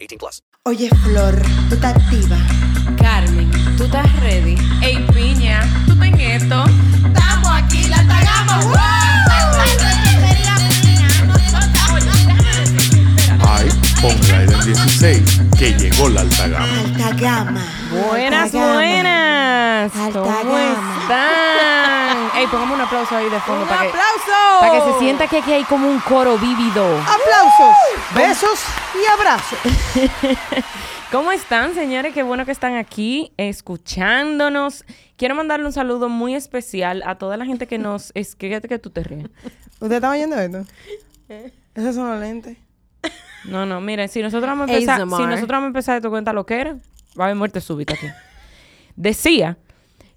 18 plus. Oye, Flor, tú estás activa. Carmen, ¿tú estás ready? Ey, piña, ¿tú estás en esto? Estamos aquí, la pagamos. ¡Woo! Ay, ponga el 16, que llegó la alta gama. Alta gama. Buenas, Alta gama. buenas. Alta ¿Cómo gama. están? Ey, pongamos un aplauso ahí de fondo para que, ¡Aplausos! para que se sienta que aquí hay como un coro vívido. ¡Aplausos! ¡Besos y abrazos! ¿Cómo están, señores? Qué bueno que están aquí escuchándonos. Quiero mandarle un saludo muy especial a toda la gente que nos... Es que, que tú te ríes. Eh. ¿Usted estaba oyendo esto? Esos son los lentes. No, no, miren, si nosotros vamos a empezar, ASMR. si nosotros vamos a empezar de tu cuenta lo que era, va a haber muerte súbita aquí. Decía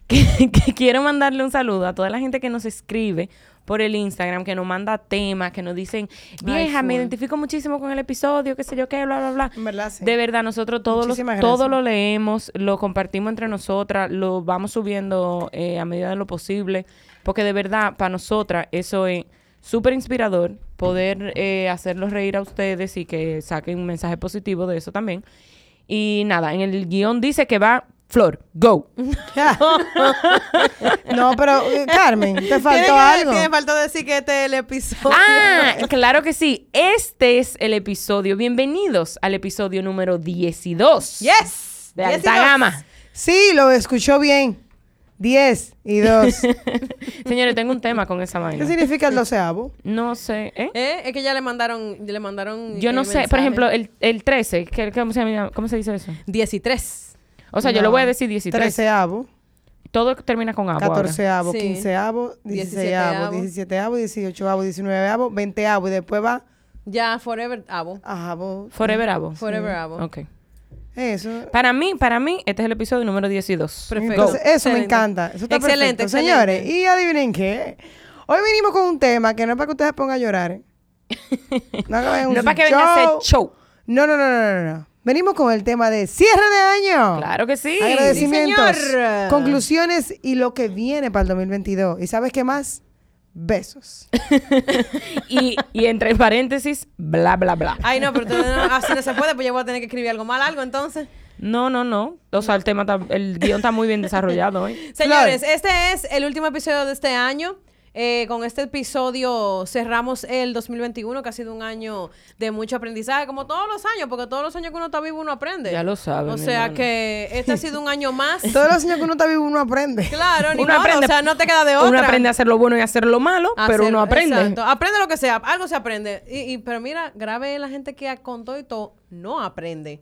que, que quiero mandarle un saludo a toda la gente que nos escribe por el Instagram, que nos manda temas, que nos dicen, vieja, me identifico muchísimo con el episodio, qué sé yo qué, bla, bla, bla. En verdad, sí. De verdad, nosotros todos los, Muchísimas todo gracias. lo leemos, lo compartimos entre nosotras, lo vamos subiendo eh, a medida de lo posible, porque de verdad, para nosotras, eso es súper inspirador, poder eh, hacerlos reír a ustedes y que saquen un mensaje positivo de eso también. Y nada, en el guión dice que va Flor, go. Ya. no, pero eh, Carmen, te faltó algo. Me faltó decir que este es el episodio. Ah, claro que sí. Este es el episodio. Bienvenidos al episodio número 12. Yes. De 10 y alta dos. gama. Sí, lo escuchó bien. Diez y dos. Señores, tengo un tema con esa ¿Qué vaina. significa el doceavo? No sé, ¿eh? Eh, Es que ya le mandaron, ya le mandaron. Yo no el sé, por mensaje. ejemplo, el, el 13, que- ¿cómo, se llama? ¿cómo se dice eso? 13. O sea, yo No. le voy a decir Ah, 13. Treceavo, Todo termina con agua. ahora. catorceavo, Sí. quinceavo, Diecisiete-avo. dieciséisavo, diecisietavo, dieciochoavo, diecinueveavo, veinteavo. Y después va Ya, Forever Abo. ajavo. Forever Abo. Forever Abo. Ok. Eso. Para mí, para mí, este es el episodio número 12. Perfecto. Entonces, eso me Excelente. encanta. Eso está Excelente, perfecto. excelente. Señores, y adivinen qué. Hoy vinimos con un tema que no es para que ustedes pongan a llorar. ¿eh? No, hagan un No es para que venga a hacer show. No, no, no, no, no, no. Venimos con el tema de cierre de año. Claro que sí. Agradecimientos, Sí, señor. conclusiones y lo que viene para el 2022. ¿Y sabes qué más? Besos. Y, y entre paréntesis, bla, bla, bla. Ay, no, pero entonces no, así no se puede, pues yo voy a tener que escribir algo mal, algo entonces. No, no, no. O sea, el tema, está- el guión está muy bien desarrollado ¿eh? hoy. Señores, este es el último episodio de este año. Eh, con este episodio cerramos el 2021, que ha sido un año de mucho aprendizaje, como todos los años, porque todos los años que uno está vivo uno aprende. Ya lo sabe, O mi sea hermano. que este ha sido un año más. Todos los años que uno está vivo, uno aprende. claro, ni modo, o sea, no te queda de otra. Uno aprende a hacer lo bueno y a hacer lo malo, pero Hacer- uno aprende. Exacto. Aprende lo que sea, algo se aprende. Y, y- pero mira, grave es la gente que con todo y todo no aprende.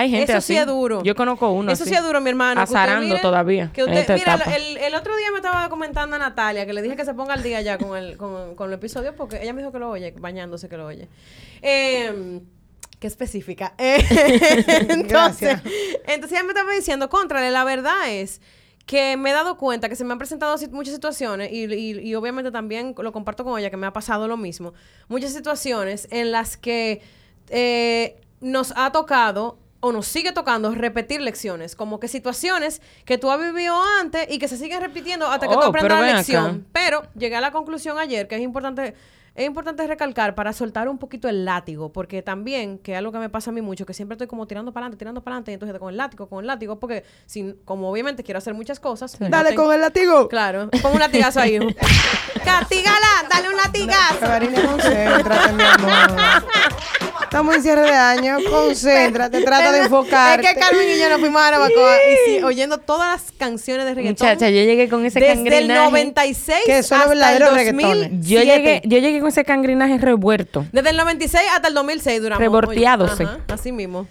Hay gente Eso así. sí es duro. Yo conozco uno Eso así. sí es duro, mi hermano. que usted Azarando mire- todavía, Este que en usted- esta mira, etapa. el, el otro día me estaba comentando a Natalia que le dije que se ponga al día ya con el, con, con el episodio porque ella me dijo que lo oye, bañándose que lo oye. Eh, Qué específica. Eh, entonces, Gracias. entonces ella me estaba diciendo, contrale, la verdad es que me he dado cuenta que se me han presentado sit- muchas situaciones y, y- y obviamente también lo comparto con ella, que me ha pasado lo mismo. Muchas situaciones en las que eh, nos ha tocado o nos sigue tocando repetir lecciones, como que situaciones que tú has vivido antes y que se siguen repitiendo hasta que tú Oh, aprendas pero la ven lección. acá. Pero llegué a la conclusión ayer que es importante, es importante recalcar para soltar un poquito el látigo, porque también, que es algo que me pasa a mí mucho, que siempre estoy como tirando para adelante, tirando para adelante, y entonces con el látigo, con el látigo, porque sin, como obviamente quiero hacer muchas cosas. pues no Dale tengo- con el latigo. Claro, pon un latigazo ahí. ¡Castígala! ¡Dale un latigazo! Cabarina, concéntrate, mi amor. Estamos en cierre de año, concéntrate, trata de enfocarte. Es que Carmen y yo nos fuimos a Arabacoa y sí, oyendo todas las canciones de reggaetón. Muchacha, yo llegué con ese desde el cangrinaje. 96 Que son los hasta el verdaderos 2000. reggaetones. ¿eh? Yo llegué, yo llegué con ese cangrinaje revuelto. Desde el 96 hasta el 2006 duramos. Revolteándose. Oye, ajá, así mismo.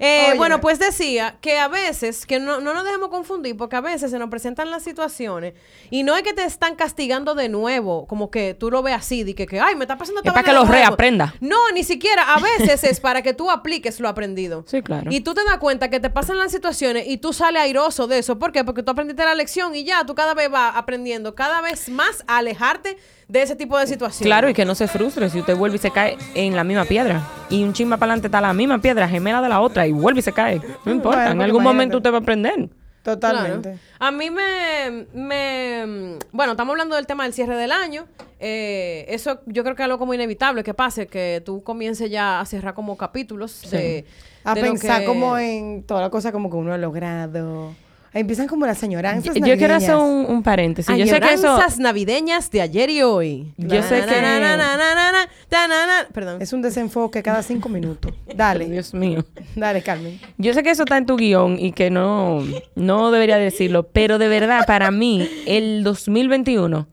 Eh, Óyeme. bueno, pues decía que a veces, que no, no nos dejemos confundir, porque a veces se nos presentan las situaciones y no es que te están castigando de nuevo, como que tú lo ves así, de que, que, ay, me está pasando Es esta para vaina que lo de nuevo". reaprenda. No, ni siquiera, a veces es para que tú apliques lo aprendido. Sí, claro. Y tú te das cuenta que te pasan las situaciones y tú sales airoso de eso. ¿Por qué? Porque tú aprendiste la lección y ya tú cada vez vas aprendiendo cada vez más a alejarte de ese tipo de situaciones. Claro, y que no se frustre si usted vuelve y se cae en la misma piedra. Y un chimba para adelante está la misma piedra, gemela de la otra, y vuelve y se cae. No importa, Bueno, en porque algún momento imagínate. usted va a aprender. Totalmente. Claro. A mí me, me- Bueno, estamos hablando del tema del cierre del año. Eh, eso yo creo que es algo como inevitable que pase, que tú comiences ya a cerrar como capítulos de. A de lo pensar que- como en toda la cosa como que uno ha logrado. Ahí Empiezan como las añoranzas Yo quiero hacer navideñas. un, un paréntesis. Yo sé que eso. Añoranzas navideñas de ayer y hoy. Yo sé Na, que- na, na, na, na, na, na, ta, na, na. Perdón. Es un desenfoque cada cinco minutos. Dale, Dios mío. dale, Carmen. Yo sé que eso está en tu guión y que no, no debería decirlo, pero de verdad, para mí, el 2021,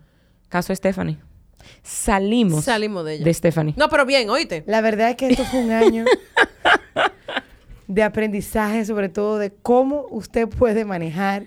caso Stephanie, salimos, Salimos de ella. de Stephanie. No, pero bien, oíste. La verdad es que esto fue un año de aprendizaje, sobre todo de cómo usted puede manejar,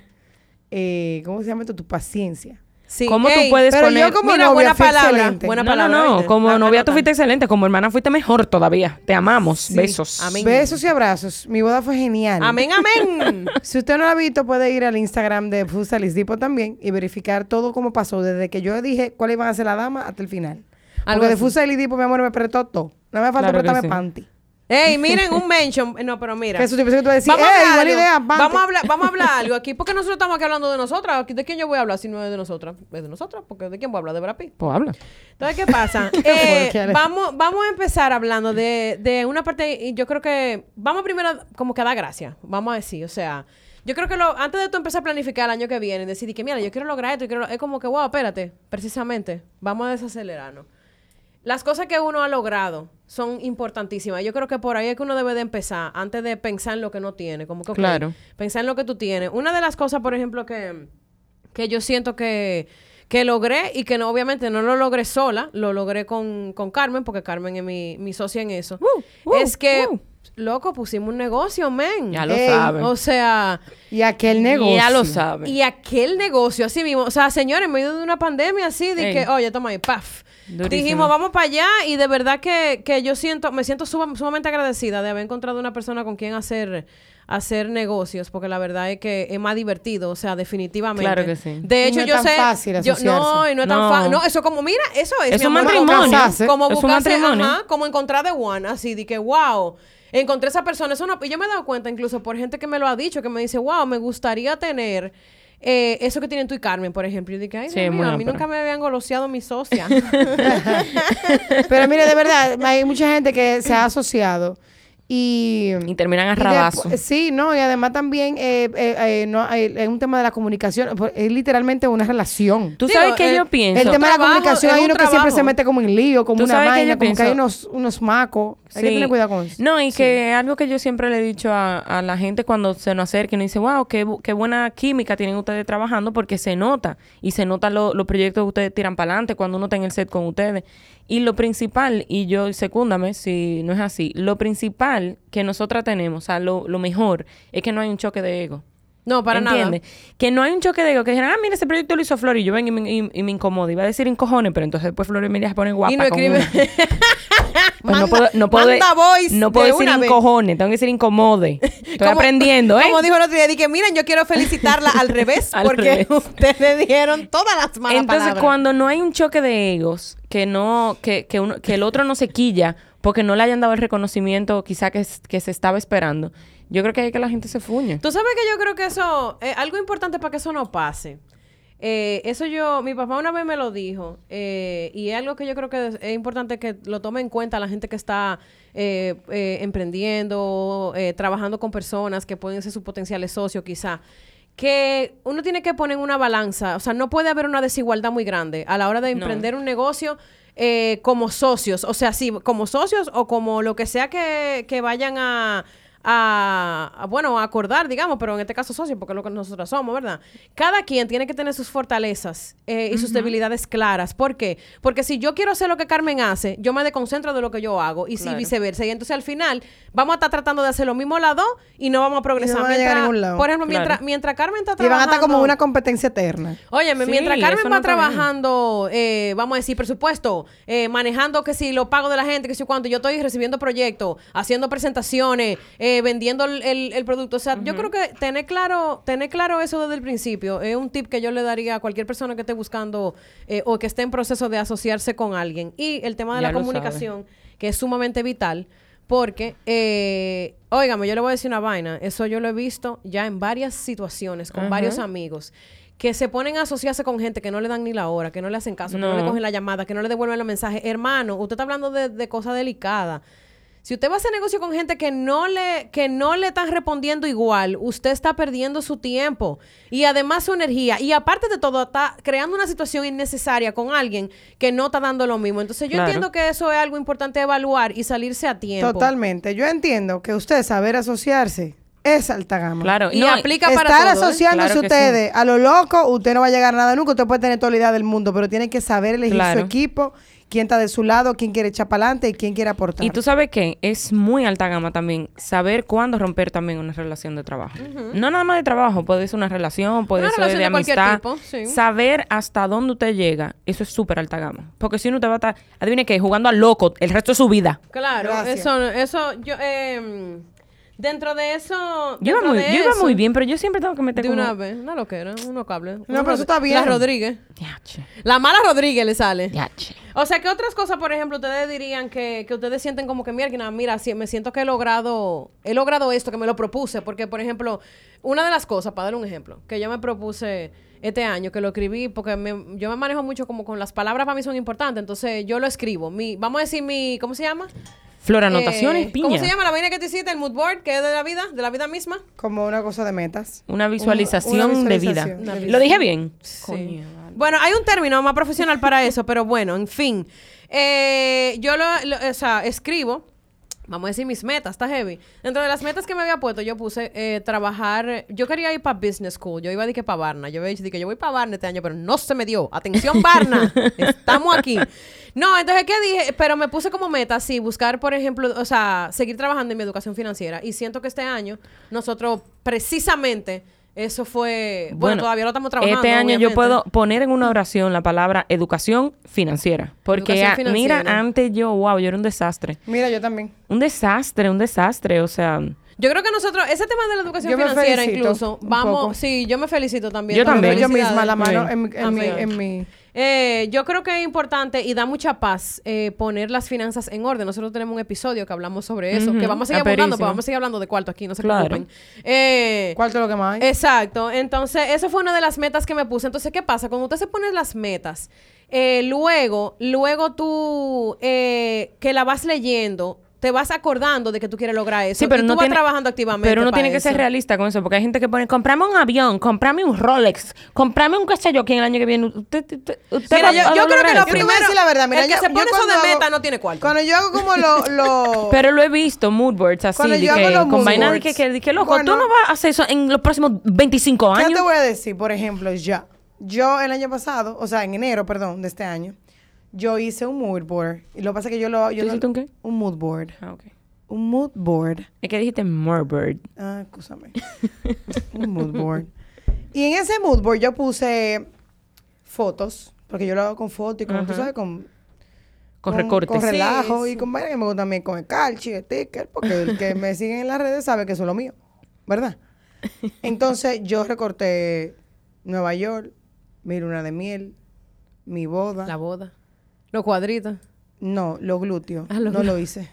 eh, ¿cómo se llama esto? Tu paciencia. Sí. ¿Cómo tú puedes pero poner- yo como Mira, novia buena fui palabra, excelente. buena no, palabra, no, no, ¿viste? como Ah, novia anota. tú fuiste excelente, como hermana fuiste mejor todavía. Te amamos. Besos. Amén. Besos y abrazos. Mi boda fue genial. Amén, amén. Si usted no la ha visto, puede ir al Instagram de Fusalis Dipo también y verificar todo cómo pasó, desde que yo dije cuáles iban a ser la dama hasta el final. Algo Porque de así. Fusalis Dipo, mi amor, me apretó todo. No me Claro falta que apretarme sí. panty. Ey, miren, un mention. No, pero mira. Jesús, yo pensé que tú ibas a decir, vamos, a "Ey, hablar buena algo. idea, panty". vamos, a hablar, vamos a hablar algo aquí. Porque nosotros estamos aquí hablando de nosotras. Aquí, ¿De quién yo voy a hablar si no es de nosotras? Es de nosotras, porque ¿de quién voy a hablar? De Brad Pitt. Pues habla. Entonces, ¿qué pasa? fue, Eh, qué ale- vamos, vamos a empezar hablando de, de una parte, y yo creo que, vamos primero como que a dar gracias, vamos a decir, o sea, yo creo que lo, antes de tú empezar a planificar el año que viene, decir que, mira, yo quiero lograr esto, yo quiero lo-", es como que, wow, espérate, precisamente, vamos a desacelerarnos. Las cosas que uno ha logrado son importantísimas. Yo creo que por ahí es que uno debe de empezar, antes de pensar en lo que no tiene, como que, ok, Claro. pensar en lo que tú tienes. Una de las cosas, por ejemplo, que que yo siento que, que logré y que no, obviamente no lo logré sola, lo logré con, con Carmen, porque Carmen es mi, mi socia en eso. Uh, uh, es que, uh. loco, pusimos un negocio, men. Ya lo Ey, saben. O sea, Y aquel negocio. Ya lo saben. y aquel negocio así mismo, o sea, señores, en medio de una pandemia así, de Ey. que, oye, toma ahí, paf. Durísimo. Dijimos, vamos para allá y de verdad que, que yo siento, me siento suma- sumamente agradecida de haber encontrado una persona con quien hacer hacer negocios, porque la verdad es que es más divertido, o sea, definitivamente. Claro que sí. De Y hecho, no es yo tan sé, fácil yo- no, asociarse. y no es tan No. fácil. No, eso como, mira, eso es, Es mi un amor, como matrimonio. casarse, Como Es un buscarse, matrimonio. ajá, como encontrar de one, así de que wow, encontré esa persona, eso no, y yo me he dado cuenta incluso por gente que me lo ha dicho, que me dice, wow, me gustaría tener eh, eso que tienen tú y Carmen, por ejemplo. Y dije, ay, Sí, Dios muy mío, a mí amplio. nunca me habían goloseado mis socias. Pero mire, de verdad, hay mucha gente que se ha asociado y... Y terminan a y rabazo. despu- Sí, no, y además también eh, eh, eh, no, eh, es un tema de la comunicación, por- es literalmente una relación. Tú Digo, sabes que el- yo pienso. El tema de la trabajo, comunicación, es hay un uno que siempre trabajo. se mete como en lío, como ¿Tú una sabes qué vaina, yo como que hay pienso? unos, unos macos. Hay que Sí. tener cuidado con eso. No, y que es algo que yo siempre le he dicho a, a la gente cuando se nos acerca y nos dice, wow, qué, bu- qué buena química tienen ustedes trabajando porque se nota y se nota lo- los proyectos que ustedes tiran para adelante cuando uno está en el set con ustedes. Y lo principal, y yo, y secúndame si no es así, lo principal que nosotras tenemos, o sea, lo, lo mejor, es que no hay un choque de ego. No, para ¿Entiendes? Que no hay un choque de ego. Que dijeron, ah, mira, ese proyecto lo hizo Flor y yo vengo y me, y, y me incomodo. Iba a decir encojones, pero entonces después Flor y Emilia se pone guapa. nada. Y no con escribe. uno. Pues no puedo, no puedo, manda voice no puedo de decir una vez. encojones, tengo que decir incomode. Estoy Como- aprendiendo, ¿eh? Como dijo el otro día, dije, miren, yo quiero felicitarla al revés, Al porque revés. ustedes dijeron todas las malas Entonces, palabras. cuando no hay un choque de egos, que no, que, que, uno- que el otro no se quilla porque no le hayan dado el reconocimiento quizá que, s- que se estaba esperando, yo creo que hay que la gente se fuñe. Tú sabes que yo creo que eso, eh, algo importante para que eso no pase. Eh, eso yo, mi papá una vez me lo dijo, eh, y es algo que yo creo que es, es importante que lo tome en cuenta la gente que está eh, eh, emprendiendo, eh, trabajando con personas que pueden ser sus potenciales socios quizá, que uno tiene que poner en una balanza, o sea, no puede haber una desigualdad muy grande a la hora de emprender un negocio eh, como socios, o sea, sí, como socios o como lo que sea que, que vayan a, a, a, bueno, a acordar, digamos, pero en este caso socios, porque es lo que nosotros somos, ¿verdad? Cada quien tiene que tener sus fortalezas eh, y sus debilidades claras. ¿Por qué? Porque si yo quiero hacer lo que Carmen hace, yo me desconcentro de lo que yo hago y Claro. si viceversa. Y entonces al final vamos a estar tratando de hacer lo mismo las dos y no vamos a progresar. van a llegar a ningún lado. Por ejemplo, Claro. mientras, mientras Carmen está Y van a trabajando... estar como una competencia eterna. Óyeme, Sí, mientras eso Carmen no va está bien. trabajando, eh, vamos a decir, presupuesto, eh, manejando que si los pagos de la gente, que si cuánto, yo estoy recibiendo proyectos, haciendo presentaciones, eh, vendiendo el, el- el producto. O sea, yo creo que tener claro, tener claro eso desde el principio es un tip que yo le daría a cualquier persona que esté buscando eh, o que esté en proceso de asociarse con alguien. Y el tema de Ya la lo comunicación, que es sumamente vital. Porque, eh, óigame, yo le voy a decir una vaina. Eso yo lo he visto ya en varias situaciones, con varios amigos, que se ponen a asociarse con gente que no le dan ni la hora, que no le hacen caso, que no No. le cogen la llamada, que no le devuelven los mensajes. Hermano, usted está hablando de, de cosas delicadas. Si usted va a hacer negocio con gente que no le que no le están respondiendo igual, usted está perdiendo su tiempo y además su energía y aparte de todo está creando una situación innecesaria con alguien que no está dando lo mismo. Entonces yo Claro. entiendo que eso es algo importante de evaluar y salirse a tiempo. Totalmente. Yo entiendo que usted saber asociarse es alta gama. Claro. Y No, aplica para Estar todo, ¿eh? asociándose Claro que ustedes a lo loco, usted no va a llegar a nada nunca. Usted puede tener toda la idea del mundo, pero tiene que saber elegir Claro. su equipo, quién está de su lado, quién quiere echar para adelante y quién quiere aportar. Y tú sabes que es muy alta gama también saber cuándo romper también una relación de trabajo. No nada más de trabajo, puede ser una relación, puede Una ser relación de de cualquier amistad. tipo, sí. Saber hasta dónde usted llega, eso es súper alta gama. Porque si no te va a estar, adivine qué, jugando a loco el resto de su vida. Claro, Gracias. eso eso yo eh, dentro de eso Yo iba, dentro muy, de yo iba eso- muy bien, pero yo siempre tengo que meter De como- una vez, una loquera, uno cable. No, pero eso está bien. La Rodríguez. Yache, La mala Rodríguez le sale. yache. O sea, ¿qué otras cosas, por ejemplo, ustedes dirían que, que ustedes sienten como que, mira, mira, si me siento que he logrado, he logrado esto, que me lo propuse? Porque, por ejemplo, una de las cosas, para dar un ejemplo, que yo me propuse este año, que lo escribí, porque me- yo me manejo mucho como con las palabras para mí son importantes, entonces yo lo escribo. Mi, vamos a decir mi, ¿cómo se llama? Flor, anotaciones, Eh, piña. ¿Cómo se llama la vaina que te hiciste? El mood board, que es de la vida, de la vida misma. Como una cosa de metas. Una visualización, de visualización vida. de ¿Lo dije bien? Sí. Coño. Bueno, hay un término más profesional para eso, pero bueno, en fin. Eh, yo lo, lo- o sea, escribo, vamos a decir mis metas, está heavy. Dentro de las metas que me había puesto, yo puse eh, trabajar, yo quería ir para Business School, yo iba a que para Barna, yo había dicho que yo voy para Barna este año, pero no se me dio. Atención, Barna, estamos aquí. No, entonces, ¿qué dije? Pero me puse como meta, sí, buscar, por ejemplo, o sea, seguir trabajando en mi educación financiera. Y siento que este año nosotros precisamente... Eso fue. Bueno, todavía lo estamos trabajando. Este año yo obviamente. puedo poner en una oración la palabra educación financiera. Porque Educación ah, mira, financiera. antes yo, wow, yo era un desastre. Mira, yo también. Un desastre, un desastre. O sea, Yo creo que nosotros, ese tema de la educación Yo me financiera felicito incluso, un vamos, poco. sí, yo me felicito también. Yo Dame también. Yo felicidades. misma la mano Muy en, bien. en mi, Amén. en mi- Eh, yo creo que es importante y da mucha paz eh, poner las finanzas en orden. Nosotros tenemos un episodio que hablamos sobre eso, Ujú, que vamos a seguir abundando, aperísimo. pero vamos a seguir hablando de cuarto aquí, no se Claro. preocupen. Eh, ¿Cuál es lo que más hay? Exacto. Entonces, eso fue una de las metas que me puse. Entonces, ¿qué pasa? Cuando usted se pone las metas, eh, luego, luego tú eh, que la vas leyendo, te vas acordando de que tú quieres lograr eso. sí, pero y no tú vas tiene, trabajando activamente. Pero uno para tiene que ser eso. realista con eso, porque hay gente que pone, comprame un avión, comprame un Rolex, comprame un cachayo que el año que viene. Usted, usted- usted Mira, va yo- a yo creo lograr que lo eso. Yo te voy a decir la verdad. Mira, el que yo- se yo pone eso cuando de hago- meta no tiene cuarto. Cuando yo hago como lo... lo- Pero lo he visto, mood boards así, Cuando de yo hago que, los con mood vaina de boards, que, que- de que, loco, bueno. tú no vas a hacer eso en los próximos 25 Ya años. te voy a decir, por ejemplo, ya. Yo el año pasado, o sea, en enero, perdón, de este año, yo hice un mood board. Y lo que pasa es que yo lo... Yo ¿Tú no- hiciste un qué? Un mood board. Ah, ok. Un mood board. Es que dijiste Murbird. Ah, escúchame. un mood board. Y en ese mood board yo puse fotos, porque yo lo hago con fotos y con, tú sabes, con... Con recortes. Con relajo y con vaina que me gusta también con el calchi, el sticker, porque el que me sigue en las redes sabe que eso es lo mío, ¿verdad? Entonces yo recorté Nueva York, mi luna de miel, mi boda. La boda. Los cuadritos. No, los glúteos. Ah, los no lo hice.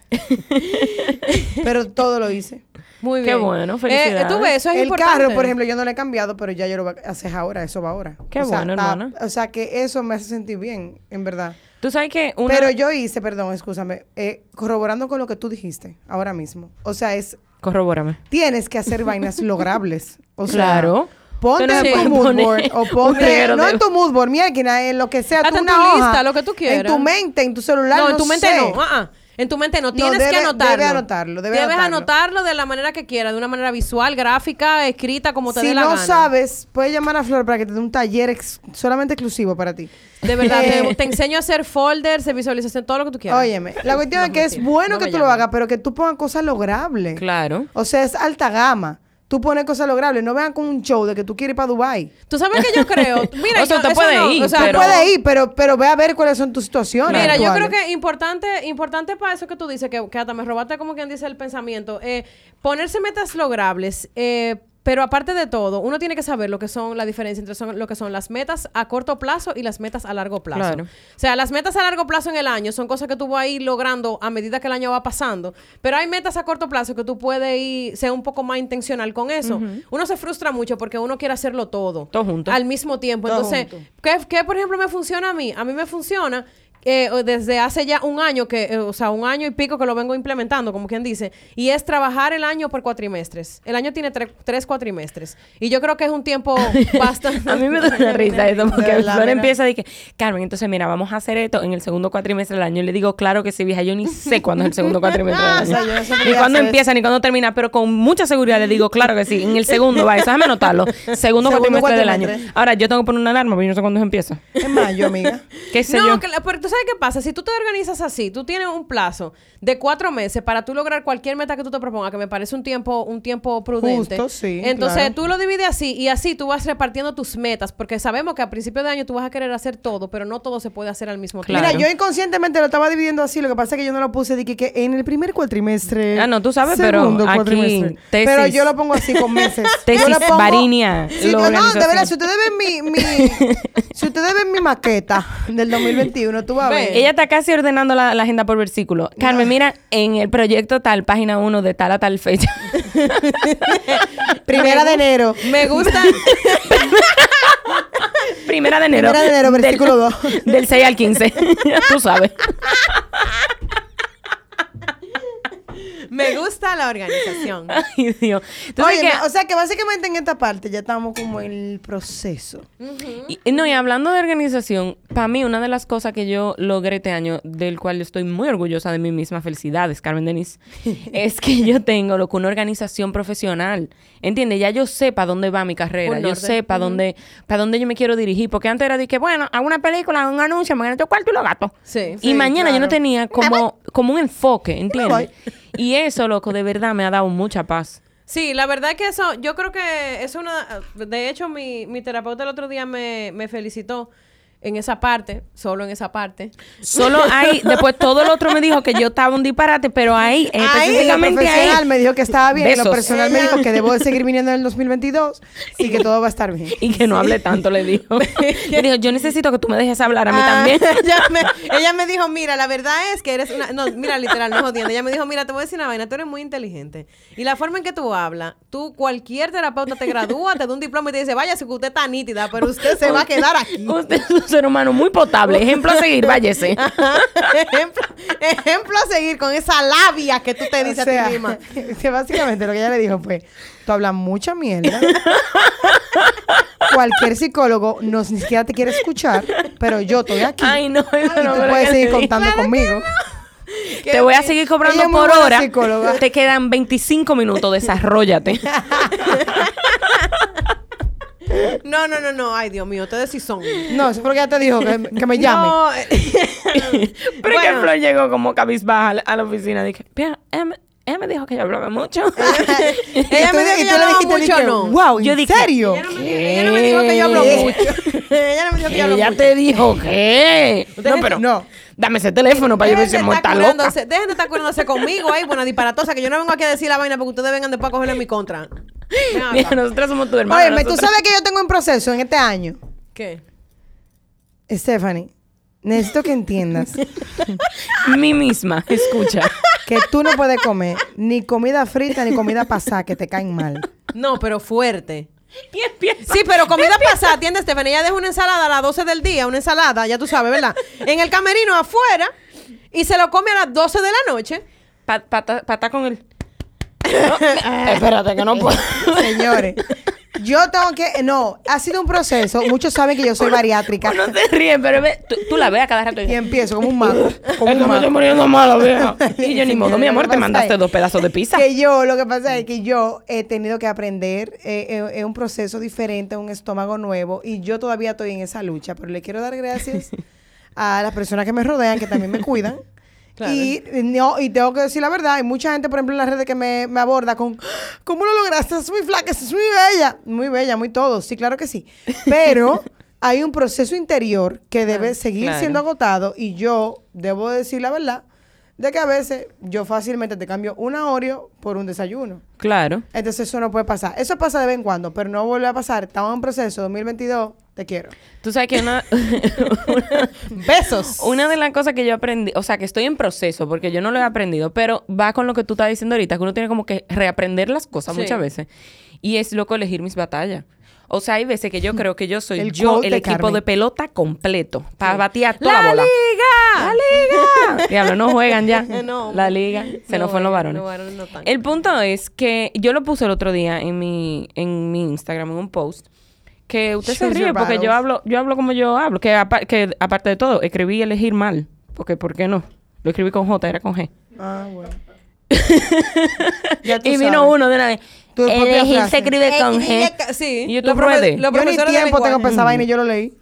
pero todo lo hice. Muy Qué bien. bueno, Eh, felicidades. tú ves, eso es el importante. carro, por ejemplo, yo no lo he cambiado, pero ya yo lo voy a hacer ahora, eso va ahora. Qué sea, bueno, está- hermana. O sea, que eso me hace sentir bien, en verdad. Tú sabes que una... Pero yo hice, perdón, escúchame, eh, corroborando con lo que tú dijiste ahora mismo. O sea, es Corrobórame. tienes que hacer vainas logrables. O sea, Claro. Ponte Tú no en puedes tu mood poner board o un ponte reguero no de- en tu mood board, mira, que nada, en lo que sea, Hasta tú en una tu hoja, lista, lo que tú En tu quieras. mente, en tu celular, no, en tu mente sé. no. ah, ah. En tu mente no, No, tienes debe- que anotarlo. debe anotarlo, debe Debes anotarlo. anotarlo de la manera que quieras, de una manera visual, gráfica, escrita, como te si dé la no gana. sabes, puedes llamar a Flor para que te dé un taller ex- solamente exclusivo para ti. De verdad, Eh, te, te enseño a hacer folders, de visualización, todo lo que tú quieras. Óyeme, la cuestión No, es que es mentira, bueno no que me tú lo llamen. hagas, pero que tú pongas cosas logrables. Claro. O sea, es alta gama. Tú pones cosas logrables, no vean con un show de que tú quieres ir para Dubai. ¿Tú sabes que yo creo? Mira, O sea, yo- te eso puede no, ir, o sea, Tú pero- puede ir. puedes ir, pero, pero ve a ver cuáles son tus situaciones. Mira, yo creo actuales. que importante, importante para eso que tú dices, que, que hasta me robaste como quien dice el pensamiento, eh, ponerse metas logrables, eh, pero aparte de todo, uno tiene que saber lo que son la diferencia entre son- lo que son las metas a corto plazo y las metas a largo plazo. Claro. O sea, las metas a largo plazo en el año son cosas que tú vas a ir logrando a medida que el año va pasando, pero hay metas a corto plazo que tú puedes ir, ser un poco más intencional con eso. Uno se frustra mucho porque uno quiere hacerlo todo. Todo junto. Al mismo tiempo. Todo Entonces, junto. ¿Qué, qué, por ejemplo, me funciona a mí? A mí me funciona eh, o desde hace ya un año, que, eh, o sea, un año y pico que lo vengo implementando, como quien dice, y es trabajar el año por cuatrimestres. El año tiene tre- tres cuatrimestres. Y yo creo que es un tiempo bastante... A mí me da una risa eso, De porque verdad, Flor mira. empieza a decir, Carmen, entonces mira, vamos a hacer esto en el segundo cuatrimestre del año. Y le digo, claro que sí, vieja, yo ni sé cuándo es el segundo cuatrimestre del Ah, o sea, año. yo no sabría ni cuándo hacer empieza, ni cuándo termina, pero con mucha seguridad le digo, claro que sí, en el segundo, va, eso déjame anotarlo. Segundo, Segundo cuatrimestre, del año. cuatrimestre. Ahora, yo tengo que poner una alarma, porque yo no sé cuándo eso empieza. Es mayo, amiga. ¿Qué sé no, yo? que la- porque tú sabes qué pasa. Si tú te organizas así, tú tienes un plazo de cuatro meses para tú lograr cualquier meta que tú te propongas, que me parece un tiempo, un tiempo prudente. Justo, sí, Entonces claro. tú lo divides así y así tú vas repartiendo tus metas, porque sabemos que a principio de año tú vas a querer hacer todo, pero no todo se puede hacer al mismo tiempo. Claro. Mira, yo inconscientemente lo estaba dividiendo así, lo que pasa es que yo no lo puse, dije que en el primer cuatrimestre. Ah, no, tú sabes, pero segundo aquí, cuatrimestre. tesis. Pero yo lo pongo así con meses. Tesis yo le pongo- Varinia, Sí, lo no, no, de organización. verdad, si ustedes ven mi, mi- si ustedes ven mi maqueta del 2021, tú vas a Ve. ver. Ella está casi ordenando la, la agenda por versículo. Carmen, mira, en el proyecto tal, página 1, de tal a tal fecha. Primera de enero. Eh, Me gusta, Primera de enero. Primera de enero, Del- versículo dos. Del 6 al 15. Tú sabes. me gusta la organización. Ay, Dios. Entonces, Oye, que- o sea que básicamente en esta parte ya estamos como en el proceso. y- eh, no, y hablando de organización, para mí una de las cosas que yo logré este año, del cual yo estoy muy orgullosa de mí misma, felicidades, Carmen Denise, es que yo tengo lo que una organización profesional, ¿entiendes? Ya yo sé para dónde va mi carrera, Un yo orden. sé para dónde, para dónde yo me quiero dirigir, porque antes era de que, bueno, hago una película, hago un anuncio, me gano tu cuarto y lo gato. Sí. y mañana yo no claro. tenía como, como un enfoque, ¿entiendes? voy. Y eso, loco, de verdad me ha dado mucha paz. Sí, la verdad que eso, yo creo que es una... De hecho, mi, mi terapeuta el otro día me, me felicitó en esa parte, solo en esa parte. Solo ahí, después todo lo otro me dijo que yo estaba un disparate, pero ahí, lo específicamente ahí. profesional me dijo que estaba bien, y lo Besos. personal me dijo que debo de seguir viniendo en el 2022 y que todo va a estar bien. Y que no hable tanto, le dijo. Le dijo, yo necesito que tú me dejes hablar a mí Ah, también. ella, me, ella me dijo, mira, la verdad es que eres una... No, mira, literal, no jodiendo. Ella me dijo, mira, te voy a decir una vaina, tú eres muy inteligente. Y la forma en que tú hablas, tú, cualquier terapeuta te gradúa, te da un diploma y te dice, vaya, si usted está nítida, pero usted se va a quedar aquí. Usted es un ser humano muy potable. Ejemplo a seguir, váyese. Ajá. ejemplo, ejemplo a seguir con esa labia que tú te dices O sea, a ti misma. que básicamente lo que ella le dijo fue, tú hablas mucha mierda. Cualquier psicólogo no ni siquiera te quiere escuchar, pero yo estoy aquí. Ay, no, eso y no tú me lo puedes que seguir le dijo. contando conmigo. Te voy a seguir cobrando Ella es muy por buena hora. psicóloga. Te quedan 25 minutos, desarrollate. No, no, no, no. Ay, Dios mío, ustedes sí son. No, eso fue lo que ella te dijo, que, que me llame. No, eh, Pero es que Bueno. Flor llegó como cabizbaja a la- a la oficina. Dije, "Mira, ella me- ella me dijo que yo hablaba mucho. ella me dijo que yo hablaba mucho, ¿no? Wow, ¿en Yo dije, serio? ella, no me, dijo- ella no me dijo que yo hablo ¿Qué? mucho. ella no me dijo que yo hablo Ella mucho. te dijo que. No, pero. no. Dame ese teléfono para yo ver si Dejen de amor estar está loca. curándose- Dejen de estar curándose conmigo ahí, buena disparatosa, que yo no vengo aquí a decir la vaina porque ustedes vengan después a cogerle en mi contra. Ven acá. Mira, nosotras somos tu hermana. Óyeme, tú nosotras- sabes que yo tengo un proceso en este año. ¿Qué? Stephanie, necesito que entiendas Mí misma, escucha. que tú no puedes comer ni comida frita ni comida pasada que te caen mal. No, pero fuerte. Y empieza. Sí, pero comida pasada, atiende Stephanie. Ella deja una ensalada a las 12 del día, una ensalada, ya tú sabes, ¿verdad? En el camerino afuera y se lo come a las 12 de la noche. Pata con el. No, espérate, que no puedo. Señores, Yo tengo que. No, ha sido un proceso. Muchos saben que yo soy bariátrica. No se ríen, pero ve- tú, tú la ves a cada rato. Y empiezo como un mago. Como Esto un me estoy mago. muriendo mala, vieja. Y yo ni Sí, modo, mi lo amor, que te pasa mandaste es dos pedazos de pizza. Que yo, lo que pasa es que yo he tenido que aprender, eh, eh, es un proceso diferente, un estómago nuevo, y yo todavía estoy en esa lucha, pero le quiero dar gracias a las personas que me rodean, que también me cuidan. Y, eh, no, y tengo que decir la verdad, hay mucha gente, por ejemplo, en las redes que me, me aborda con, "Ah, ¿cómo lo lograste? Es muy flaca, es muy bella, muy bella, muy todo, sí, claro que sí. Pero hay un proceso interior que debe seguir claro. siendo agotado y yo debo decir la verdad de que a veces yo fácilmente te cambio una Oreo por un desayuno. Claro. Entonces eso no puede pasar. Eso pasa de vez en cuando, pero no vuelve a pasar. Estamos en proceso 2022, te quiero. Tú sabes que una, una- Besos. una de las cosas que yo aprendí, o sea, que estoy en proceso, porque yo no lo he aprendido, pero va con lo que tú estás diciendo ahorita, que uno tiene como que reaprender las cosas Sí. muchas veces. Y es loco elegir mis batallas. O sea, hay veces que yo creo que yo soy El yo quote el de equipo Carmen. de pelota completo para batear toda la, ¡La bola. liga! ¡La liga! Diablo, no juegan ya. No. La liga. Se No, eh, nos fueron los varones. los varones no están. El punto es que yo lo puse el otro día en mi, en mi Instagram, en un post. Que usted se Choose ríe your porque yo battles. hablo, yo hablo como yo hablo. Que, apa- que aparte de todo, escribí elegir mal. Porque, ¿por qué no? Lo escribí con J, era con G. Ah, bueno. Ya tú y vino sabes. uno de una vez. Tu propia Elegir frase. se escribe Eh, con G. Sí. Y yo, Los tú profe- puedes. los Yo ni profesores de tiempo tengo para lenguaje. esa vaina y yo lo leí.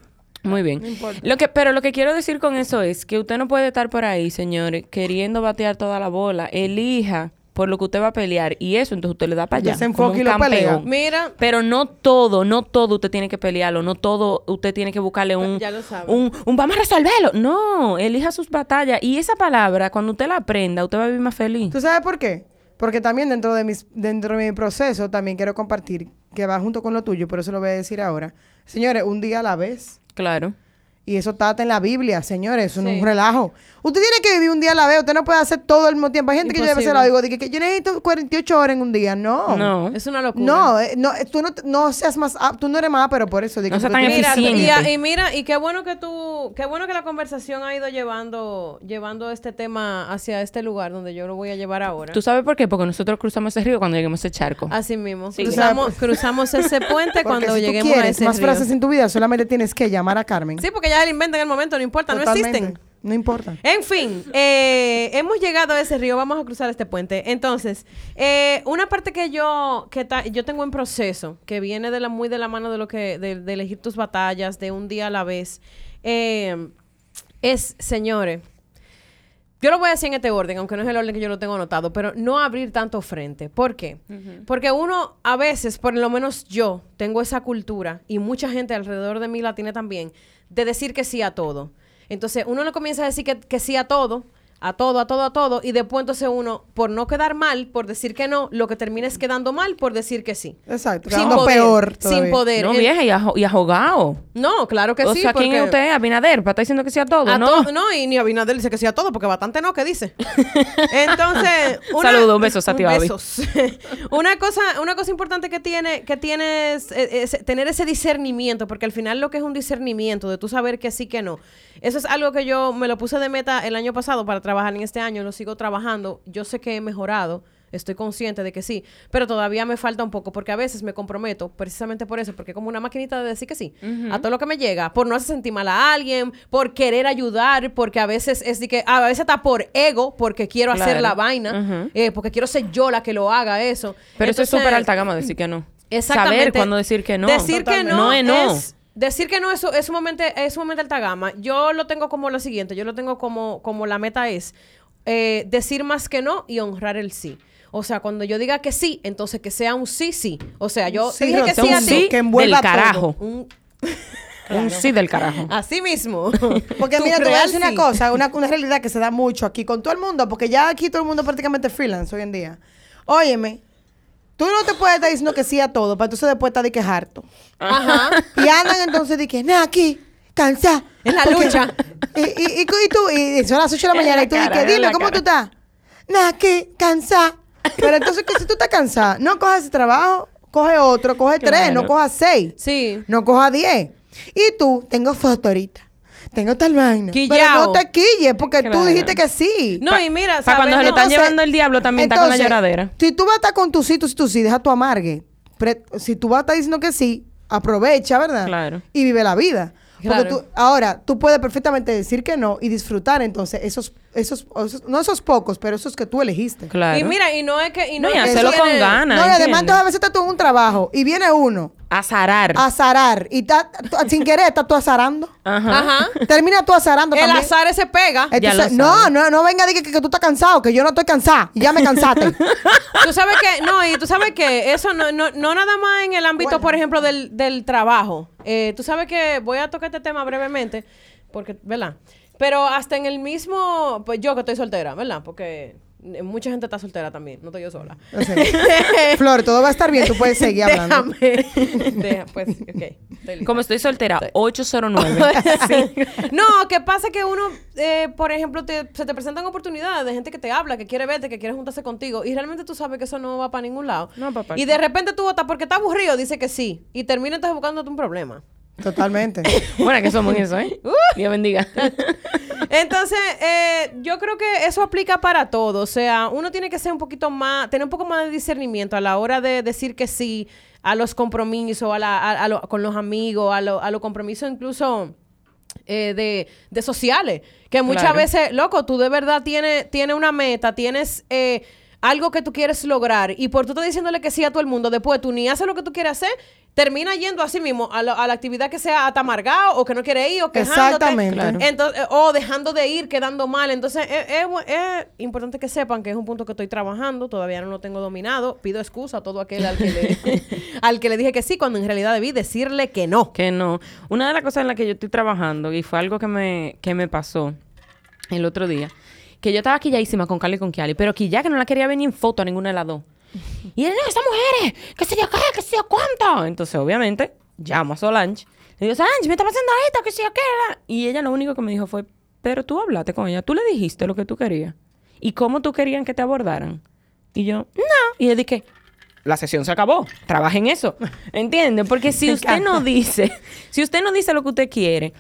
Muy bien. lo que, pero lo que quiero decir con eso es que usted no puede estar por ahí, señores, queriendo batear toda la bola. Elija por lo que usted va a pelear y eso, entonces usted le da para allá. Usted se como un enfoca y lo pelea. campeón. Mira, Pero no todo, no todo usted tiene que pelearlo, no todo usted tiene que buscarle un, Ya lo sabe. un, un vamos a resolverlo. No, elija sus batallas y esa palabra, cuando usted la aprenda, usted va a vivir más feliz. ¿Tú sabes por qué? Porque también dentro de, mis, dentro de mi proceso también quiero compartir que va junto con lo tuyo, por eso lo voy a decir ahora. Señores, un día a la vez. Claro. Y eso está hasta en la Biblia, señores, eso no es Sí. un relajo. Usted tiene que vivir un día a la vez, usted no puede hacer todo el mismo tiempo. Hay gente que yo a veces Imposible. la digo, que, que yo necesito 48 horas en un día. No. No. es una locura. No, eh, no, eh, tú no, te- no seas más, ap- tú no eres más, pero por eso. digo, No seas tú tan tienes- Mira, y, eficiente. y mira, y qué bueno que tú, qué bueno que la conversación ha ido llevando, llevando este tema hacia este lugar donde yo lo voy a llevar ahora. ¿Tú sabes por qué? Porque nosotros cruzamos ese río cuando lleguemos a ese charco. Así mismo. Sí. cruzamos, cruzamos ese puente porque cuando si tú lleguemos a quieres ese más río. frases en tu vida, solamente tienes que llamar a Carmen. Sí, porque ya la inventan en el momento, no importa, no Totalmente. existen. No importa. En fin, eh, hemos llegado a ese río, vamos a cruzar este puente. Entonces, eh, una parte que yo que ta- yo tengo en proceso, que viene de la muy de la mano de lo que de, de elegir tus batallas de un día a la vez, eh, es, señores, yo lo voy a decir en este orden, aunque no es el orden que yo lo tengo anotado, pero no abrir tanto frente. ¿Por qué? Porque uno a veces, por lo menos yo, tengo esa cultura y mucha gente alrededor de mí la tiene también, de decir que sí a todo. Entonces uno le comienza a decir que, que sí a todo, a todo, a todo, a todo, y después entonces uno, por no quedar mal, por decir que no, lo que termina es quedando mal por decir que sí. Exacto. sin quedando poder, peor. sin todavía. poder. no, El- vieja, y, ajo- y ajogado. No, claro que o sí. sea, ¿quién porque- es usted? Abinader, para estar diciendo que sea todo, a ¿no? todo- no, y ni Abinader dice que sí a todo, porque bastante no, que dice. Entonces, Saludos, besos a ti, Abby. Besos. una, cosa, una cosa importante que tiene, que tienes, es, es tener ese discernimiento, porque al final lo que es un discernimiento, de tú saber que sí, que no. Eso es algo que yo me lo puse de meta el año pasado para trabajar en este año, lo sigo trabajando, yo sé que he mejorado. Estoy consciente de que sí, pero todavía me falta un poco porque a veces me comprometo precisamente por eso, porque como una maquinita de decir que sí a todo lo que me llega, por no hacer sentir mal a alguien, por querer ayudar, porque a veces es de que a veces está por ego, porque quiero hacer Claro. la vaina, Ujú. eh, porque quiero ser yo la que lo haga eso. Pero eso es Entonces, súper alta gama, decir que no. Exactamente. Saber cuándo decir que no. Decir que no, No es no. es- Decir que no es, es, sumamente, es sumamente alta gama. Yo lo tengo como lo siguiente, yo lo tengo como, como la meta es eh, decir más que no y honrar el sí. O sea, cuando yo diga que sí, entonces que sea un sí, sí. O sea, yo Sí, dije que Rosa, sí a un ti. sí que del envuelva todo. carajo. Un- Un sí del carajo. así mismo. Porque Tu mira, te voy a cruel decir una sí. cosa, una, una realidad que se da mucho aquí con todo el mundo, porque ya aquí todo el mundo prácticamente es freelance hoy en día. Óyeme, tú no te puedes estar diciendo que sí a todo, para entonces después estar de que es harto. Ajá. Y andan entonces de que, nada, aquí, cansa. En la lucha. Y, y, y, y tú, y son las 8 de la En mañana, la y tú dices, cara, en dime, la ¿cómo cara. tú estás? Nada, aquí, cansa. Pero entonces, que si tú estás cansada, no cojas ese trabajo, coge otro, coge tres, no Claro. cojas seis. Sí. No coja 10. Y tú, tengo foto ahorita. Tengo tal vaina. Pero Quillao. no te quilles porque Claro. tú dijiste que sí. No, y mira, pa' cuando saber- se lo no, están o sea, llevando el diablo también está con la Entonces, lloradera. Si tú vas a estar con tu sí, tu sí, tu sí, deja tu amargue. pre- si tú vas a estar diciendo que sí, aprovecha, ¿verdad? Claro. Y vive la vida. Porque Claro. tú, ahora, tú puedes perfectamente decir que no y disfrutar entonces esos, esos, esos- no esos pocos, pero esos que tú elegiste. Claro. Y mira, y no es que... Y no, No, y es que hacerlo tiene- con ganas. No, Ana, y además ¿entiendes? entonces a veces estás tú en un trabajo y viene uno Azarar. a zarar y ta- ta- sin querer estás tú azarando. Ajá. Ajá. Termina tú azarando Ah. El también. azar se pega. Ya lo Entonces, sabes. no, no, no venga a decir que, que tú estás cansado, que yo no estoy cansada. Ya me cansaste. Tú sabes que, no, y tú sabes que eso no, no, no nada más en el ámbito, Bueno. por ejemplo, del, del trabajo. Eh, tú sabes que voy a tocar este tema brevemente, porque, ¿verdad? Pero hasta en el mismo, pues yo que estoy soltera, ¿verdad? Porque eh, mucha gente está soltera también, no estoy yo sola. No sé. Flor, todo va a estar bien, tú puedes seguir hablando. Déjame. Deja, pues, ok. estoy lista. Como estoy soltera, 809. No, que pasa que uno, eh, por ejemplo, te- se te presentan oportunidades de gente que te habla, que quiere verte, que quiere juntarse contigo, y realmente tú sabes que eso no va para ningún lado. No, papá. Y de repente tú votas porque está aburrido, dice que sí, y termina entonces buscándote un problema. Totalmente. bueno, que somos en eso, ¿eh? Uh. Dios bendiga. Entonces, eh, yo creo que eso aplica para todo. O sea, uno tiene que ser un poquito más, tener un poco más de discernimiento a la hora de decir que sí a los compromisos, a la, a- a lo- con los amigos, a los a lo compromisos incluso eh, de, de sociales. Que muchas Claro. veces, loco, tú de verdad tienes, tienes una meta, tienes eh, algo que tú quieres lograr y por tú estás diciéndole que sí a todo el mundo, después tú ni haces lo que tú quieres hacer, termina yendo a sí mismo a, lo- a la actividad que sea hasta amargado o que no quiere ir o quejándote. Exactamente. Claro. Entonces, eh, o dejando de ir, quedando mal. Entonces, es importante que sepan que es un punto que estoy trabajando, todavía no lo tengo dominado. Pido excusa a todo aquel al que le, al que le dije que sí, cuando en realidad debí decirle que no. Que no. Una de las cosas en las que yo estoy trabajando, y fue algo que me, que me pasó el otro día, que yo estaba quilladísima con Carly y con Kiali, pero que ya que no la quería ver ni en foto a ninguna de las dos. Y él, no, esas mujeres, qué sé yo qué, qué sé yo cuánto. Entonces, obviamente, llamo a Solange. Le digo, Solange, me está pasando esto, qué sé yo qué. la-". Y ella lo único que me dijo fue, pero tú hablaste con ella, tú le dijiste lo que tú querías. ¿Y cómo tú querían que te abordaran? Y yo, no. Y él dije, la sesión se acabó. Trabaja en eso. ¿Entienden? Porque si usted no dice, si usted no dice lo que usted quiere,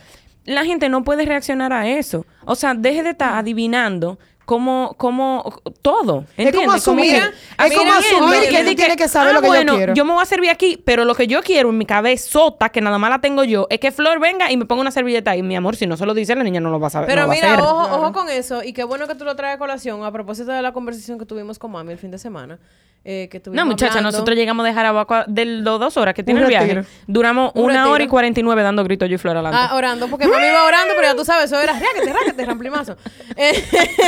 la gente no puede reaccionar a eso. O sea, deje de estar adivinando cómo, cómo, todo. Es ¿entiende? como asumir, que- ah, es como asumir que es tú de tienes que saber lo que yo ah, bueno, quiero. Yo me voy a servir aquí, pero lo que yo quiero en mi cabezota, que nada más la tengo yo, es que Flor venga y me ponga una servilleta. Y mi amor, si no se lo dice, la niña no lo va a saber. Pero no va a mira, hacer. ojo, ojo con eso. Y qué bueno que tú lo traes a colación a propósito de la conversación que tuvimos con mami el fin de semana. eh, No, que estuvimos muchacha, hablando. nosotros llegamos de Jarabacoa de las dos horas que tiene Un el viaje. retiro. Duramos Un una retiro. hora y cuarenta y nueve dando grito yo y Flor adelante. Ah, orando, porque mami iba orando, pero ya tú sabes, eso era ráquete, ráquete, ramplimazo. Eh,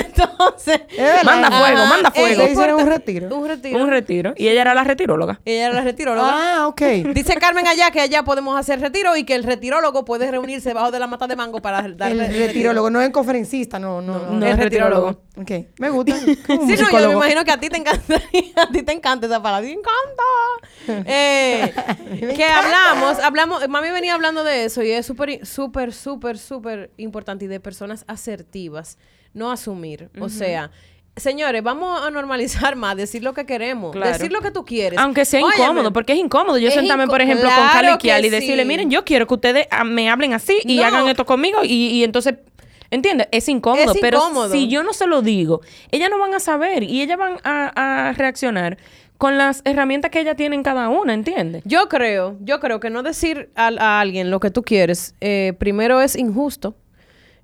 entonces. verdad. Manda fuego, manda eh, fuego. no Hicieron un importa. retiro. Un retiro. un retiro. Y ella era la retiróloga. Ella era la retiróloga. ah, ok. Dice Carmen allá que allá podemos hacer retiro y que el retirólogo puede reunirse bajo de la mata de mango para dar El retirólogo, no es conferencista, no, no. No, el es retirólogo. retirólogo. Ok, me gusta. Como Sí, no, yo me musicólogo. imagino que a ti te encanta, a ti te encanta esa palabra, te encanta. Eh, Me que encanta. hablamos, hablamos, mami venía hablando de eso y es súper, súper, súper, súper importante y de personas asertivas, no asumir. O sea, señores, vamos a normalizar más, decir lo que queremos, Claro. decir lo que tú quieres. Aunque sea Óyeme, incómodo, porque es incómodo. Yo Es sentarme, inco- por ejemplo, claro con Carla y que Kiali y decirle, sí. miren, yo quiero que ustedes ah, me hablen así y No. hagan esto conmigo. Y, y entonces, ¿entiendes? Es incómodo, Es pero incómodo. si yo no se lo digo, ellas no van a saber y ellas van a, a reaccionar con las herramientas que ellas tienen cada una, ¿entiendes? Yo creo, yo creo que no decir al- a, alguien lo que tú quieres, eh, primero es injusto.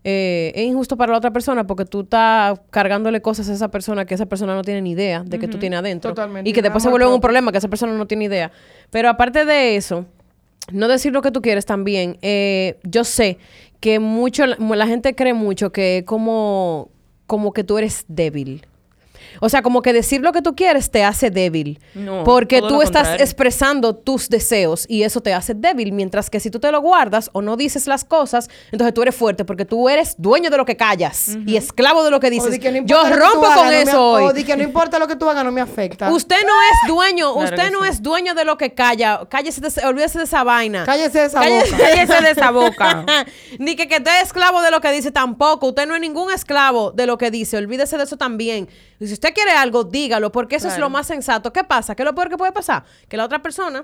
Eh, es injusto para la otra persona porque tú estás cargándole cosas a esa persona que esa persona no tiene ni idea de que tú tienes adentro. Totalmente, Y que un después se amor vuelve un propio. problema que esa persona no tiene idea. Pero aparte de eso, no decir lo que tú quieres también. eh, yo sé que mucho, la, la gente cree mucho que como, como que tú eres débil. O sea, como que decir lo que tú quieres te hace débil. No, porque todo tú lo estás contrario. expresando tus deseos y eso te hace débil. Mientras que si tú te lo guardas o no dices las cosas, entonces tú eres fuerte porque tú eres dueño de lo que callas y esclavo de lo que O dices. di que no Yo importa lo que tú rompo hagas, con no me eso af- O hoy. di que no importa lo que tú hagas, no me afecta. Usted no es dueño, Claro usted que no sí. es dueño de lo que calla. Cállese, de ese- olvídese de esa vaina. Cállese esa Cállese. boca. Cállese de esa boca. Ni que, que usted es esclavo de lo que dice tampoco. Usted no es ningún esclavo de lo que dice. Olvídese de eso también. Y si usted quiere algo, dígalo, porque eso es lo más sensato. ¿Qué pasa? ¿Qué es lo peor que puede pasar? Que la otra persona,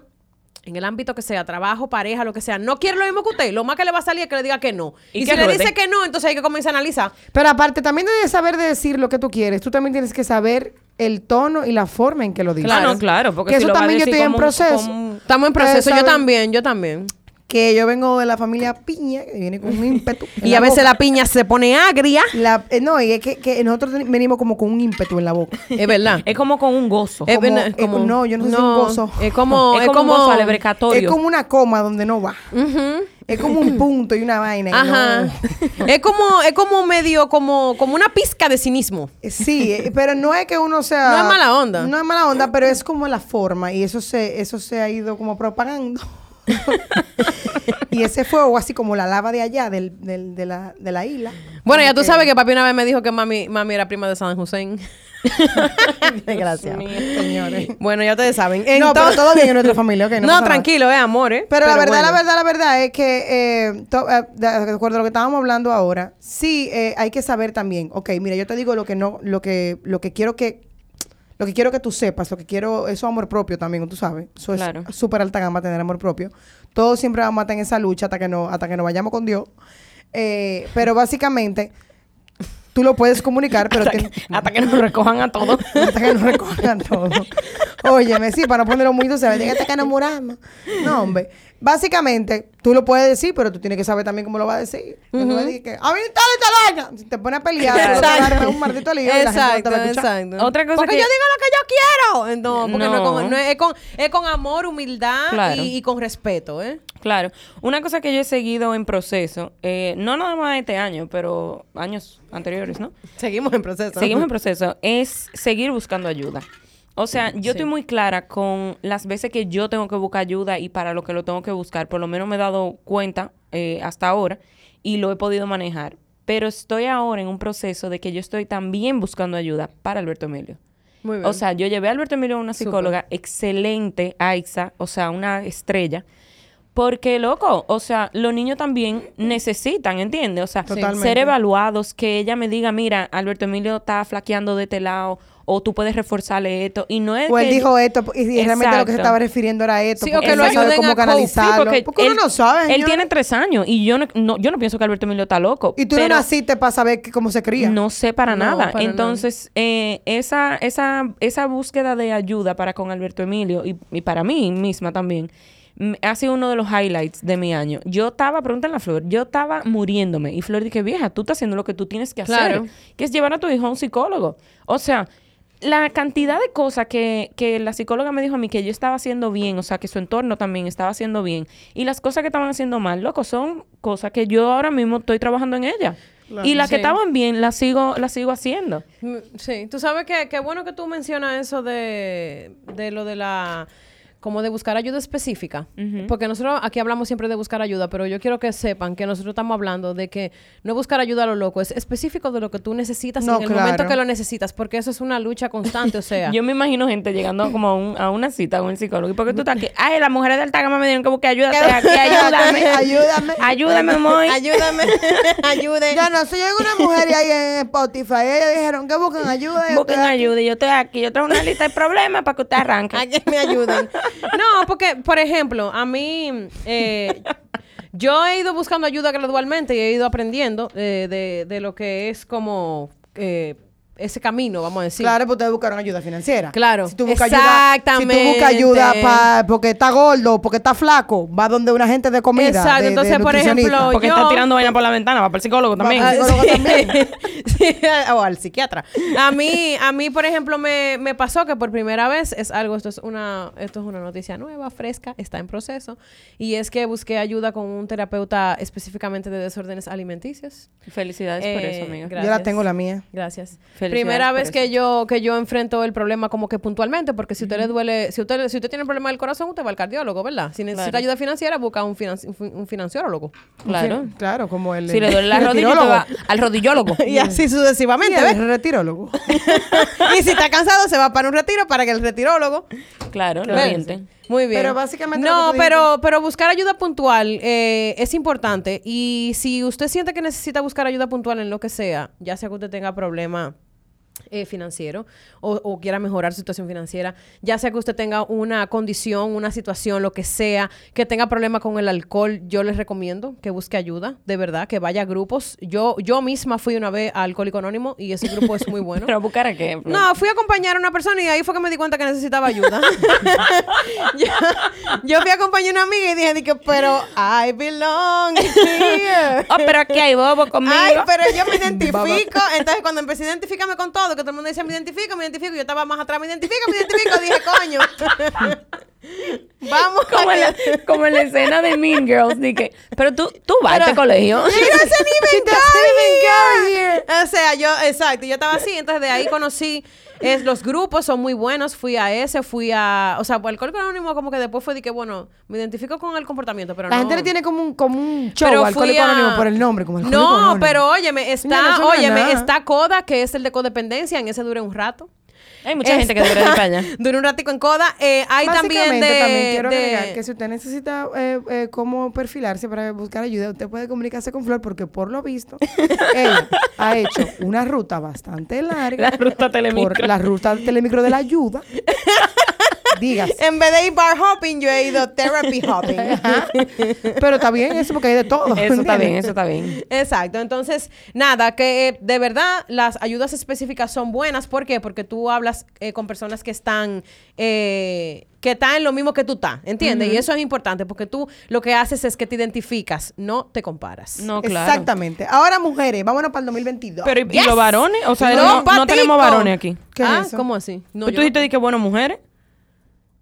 en el ámbito que sea, trabajo, pareja, lo que sea, no quiere lo mismo que usted. Lo más que le va a salir es que le diga que no. Y Y, que si le ruede. dice que no, entonces hay que comenzar a analizar. Pero aparte también de saber de decir lo que tú quieres, tú también tienes que saber el tono y la forma en que lo dice. Claro, Ah, no, claro, porque que si eso lo va a también yo decir estoy en como un- proceso. como un- Estamos en proceso, Ustedes yo saben también, yo también. Que yo vengo de la familia Piña, que viene con un ímpetu. en Y a veces boca. la piña se pone agria. La- eh, no, y es que, que nosotros ten- venimos como con un ímpetu en la boca. Es verdad. Es como con un gozo. Es como- verdad, es como- no, yo no sé si un gozo. Es como, Es como un gozo alebricatorio. Es como una coma donde no va. Ujú. Es como un punto y una vaina. y Ajá. no- es como, es como medio, como, como una pizca de cinismo. Sí, eh, pero no es que uno sea. No es mala onda. No es mala onda, pero es como la forma y eso se, eso se ha ido como propagando. y ese fuego, así como la lava de allá, del, del- de, la, de la isla. Bueno, ya tú sabes que papi una vez me dijo que mami, mami era prima de San Hussein. Gracias, señores. Bueno, ya ustedes saben. No, pero Entonces- todo bien en nuestra familia, ok. No, pasa nada. tranquilo, eh, amor, eh. Pero, la verdad, bueno. la verdad, la verdad es que, eh, to- eh, de de acuerdo a lo que estábamos hablando ahora, sí eh, hay que saber también, ok, mira, yo te digo lo que no, lo que, lo que quiero que, lo que quiero que tú sepas, lo que quiero, eso es amor propio también, tú sabes. Eso es Claro. súper alta gama tener amor propio. Todos siempre vamos a estar en esa lucha hasta que no, hasta que nos vayamos con Dios. Eh, pero básicamente, tú lo puedes comunicar, pero hasta, tien- que, hasta que nos recojan a todos. hasta que nos recojan todo. Óyeme, sí, para no ponerlo muy dulce, "Ven, hasta que nos muramos. No, hombre. Básicamente, tú lo puedes decir, pero tú tienes que saber también cómo lo vas a decir. Pues Tú no vas a decir que, "A mí tal y tal año". Si te pones a pelear, tú te vas a armar un maldito lío y la gente no te Exacto, va a escuchar. exacto. Otra cosa porque que- yo digo lo que yo quiero. No, porque no, es, No. con, no es- es con, es con amor, humildad Claro. y, y con respeto, ¿eh? Claro. Una cosa que yo he seguido en proceso, eh, no nada más este año, pero años anteriores, ¿no? Seguimos en proceso. Seguimos en proceso. Es seguir buscando ayuda. O sea, yo estoy muy clara con las veces que yo tengo que buscar ayuda y para lo que lo tengo que buscar. Por lo menos me he dado cuenta eh, hasta ahora y lo he podido manejar. Pero estoy ahora en un proceso de que yo estoy también buscando ayuda para Alberto Emilio. Muy O sea, yo llevé a Alberto Emilio a una psicóloga excelente, Aixa, o sea, una estrella. Porque, loco, o sea, los niños también necesitan, ¿entiendes? O sea, Totalmente. ser evaluados, que ella me diga, mira, Alberto Emilio está flaqueando de este lado, o tú puedes reforzarle esto. Y no es O él que- dijo esto y, y realmente lo que se Exacto. estaba refiriendo era esto. Sí, o porque que él no lo sabe ayuden cómo a cope, sí, canalizarlo. porque Porque, él, uno no sabe, Él señora. tiene tres años y yo no, no- yo no pienso que Alberto Emilio está loco. Y tú pero- no naciste para saber que- cómo se cría. No sé para No, nada. para Entonces, eh, esa, esa, esa búsqueda de ayuda para con Alberto Emilio y, y para mí misma también mm, ha sido uno de los highlights de mi año. Yo estaba, pregúntale a Flor, yo estaba muriéndome. Y Flor dije, vieja, tú estás haciendo lo que tú tienes que Claro. hacer, que es llevar a tu hijo a un psicólogo. O sea, la cantidad de cosas que, que la psicóloga me dijo a mí que yo estaba haciendo bien, o sea, que su entorno también estaba haciendo bien, y las cosas que estaban haciendo mal, loco, son cosas que yo ahora mismo estoy trabajando en ella. y las que Sí. estaban bien, las sigo, las sigo haciendo. Mm, Sí, tú sabes que qué bueno que tú mencionas eso de, de lo de la como de buscar ayuda específica, porque nosotros aquí hablamos siempre de buscar ayuda, pero yo quiero que sepan que nosotros estamos hablando de que no buscar ayuda a lo loco, es específico de lo que tú necesitas No, en el claro. momento que lo necesitas, porque eso es una lucha constante, o sea, Yo me imagino gente llegando como a, un- a una cita con el psicólogo. ¿Y por qué tú estás aquí? Ay, las mujeres de alta gama me dijeron que busque ayuda. estoy aquí, ayúdame. Ayúdame. Ayúdame, Moy. ayúdame, ayude. Yo no soy una mujer y ahí en Spotify. Ellos dijeron que buscan ayuda. y Busquen estoy aquí. ayuda. Y Yo estoy aquí. Yo traigo una lista de problemas para que usted arranque. A que me ayuden. No, porque, por ejemplo, a mí, eh, yo he ido buscando ayuda gradualmente y he ido aprendiendo eh, de, de lo que es como eh, ese camino, vamos a decir. Claro, pues ustedes buscaron ayuda financiera. Claro. Si tú buscas ayuda, si tú buscas ayuda Exactamente. pa- porque está gordo, porque está flaco, va donde una gente de comida. Exacto, de- de entonces, por nutricionista. ejemplo, Porque yo- está tirando vaina por la ventana. Va para el psicólogo también. para el psicólogo también. Sí, o al psiquiatra. A mí, a mí por ejemplo, me, me pasó que por primera vez es algo, esto es una esto es una noticia nueva, fresca, está en proceso y es que busqué ayuda con un terapeuta específicamente de desórdenes alimenticios. Felicidades por Eh, eso, amiga. gra- Yo la Gracias. tengo la mía. Gracias. Felicidades Primera por vez eso. que yo que yo enfrento el problema como que puntualmente, porque si usted le duele, si usted le- si usted tiene un problema del corazón, usted va al cardiólogo, ¿verdad? Si necesita Claro. ayuda financiera, busca un finan- un fin- un financiólogo. Claro. Sí, Claro, como el. Si le duele la rodilla, te va al rodillólogo. Y así sucesivamente, Mira, ¿ves? el retirólogo. y si está cansado, se va para un retiro para que el retirólogo. Claro, lo ¿Ves? sienten. Muy bien. Pero básicamente lo No, que tú pero, pero buscar ayuda puntual eh, es importante. Y si usted siente que necesita buscar ayuda puntual en lo que sea, ya sea que usted tenga problema eh, financiero o, o quiera mejorar su situación financiera, ya sea que usted tenga una condición, una situación, lo que sea, que tenga problemas con el alcohol, yo les recomiendo que busque ayuda, de verdad, que vaya a grupos. Yo, yo misma fui una vez a Alcohólico Anónimo y ese grupo es muy bueno. Pero buscar ejemplo. No, fui a acompañar a una persona y ahí fue que me di cuenta que necesitaba ayuda. yo, yo fui a acompañar a una amiga y dije, dije, pero I belong here. Oh, pero aquí hay bobo conmigo. Ay, pero yo me identifico. Entonces, cuando empecé a identificarme con todo, que todo el mundo dice, me identifico, me identifico, y yo estaba más atrás, me identifico, me identifico, dije, coño. Vamos a como, en la, que- como en la escena de Mean Girls. Ni que, pero tú, tú vas a este colegio. She doesn't even She go doesn't even go here. O sea, yo, exacto, yo estaba así, entonces de ahí conocí es, los grupos, son muy buenos, fui a ese, fui a, o sea, Alcohólico Anónimo como que después fue de que, bueno, me identifico con el comportamiento, pero La no. gente le tiene como un, como un show Pero al fui Alcohólico a- Anónimo por el nombre. Como Alcohólico no, Anónimo. pero óyeme, está, Mira, no suena óyeme, nada. está Coda, que es el de codependencia, en ese dure un rato. Hay mucha gente que dura Está- en España. Dura un ratico en Coda. Eh, hay también Básicamente, de... también quiero de- agregar que si usted necesita eh, eh, cómo perfilarse para buscar ayuda, usted puede comunicarse con Flor porque por lo visto ella ha hecho una ruta bastante larga. La ruta telemicro. Por la ruta telemicro de la ayuda. Dígase. En vez de ir bar hopping, yo he ido therapy hopping. Ajá. Pero está bien eso porque hay de todo. Eso está ¿entiendes? bien, eso está bien. Exacto, entonces nada, que eh, de verdad las ayudas específicas son buenas, ¿por qué? Porque tú hablas eh, con personas que están eh, que están en lo mismo que tú estás, ¿entiendes? Y eso es importante porque tú lo que haces es que te identificas, no te comparas. No, claro. Exactamente. Ahora, mujeres, vámonos para el 2022. Pero ¿y, y Yes. los varones? O sea, No, no, no patico. tenemos varones aquí. ¿Qué es ah, eso? ¿cómo así? Pero No, Pues tú yo- dijiste que, bueno, mujeres.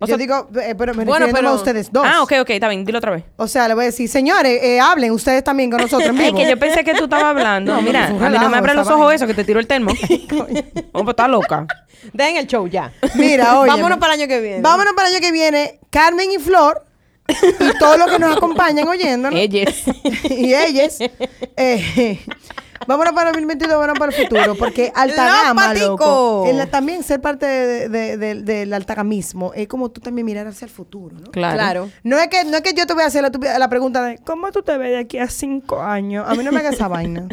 o Yo sea- digo, eh, pero me Bueno, refiriéndome pero- a ustedes dos. Ah, ok, ok, está bien, dilo otra vez. O sea, le voy a decir, señores, eh, hablen ustedes también con nosotros en Ay, vivo. que yo pensé que tú estabas hablando. No, Mira, es un a mí no relajo me abran esa los ojos vaina. eso, que te tiro el termo. Oh, pues está loca. Den el show ya. Mira, oye. Vámonos para el año que viene. Vámonos para el año que viene. Carmen y Flor y todos los que nos acompañan oyéndonos. Ellas. y ellas. eh, vámonos para el 2022, vámonos para el futuro. Porque alta Los gama, loco. paticos. el- también ser parte de- de- de- del altagamismo es como tú también mirar hacia el futuro, ¿no? Claro. Claro. No es, que, no es que yo te voy a hacer la, tupi- la pregunta de ¿Cómo tú te ves de aquí a cinco años? A mí no me hagas esa vaina.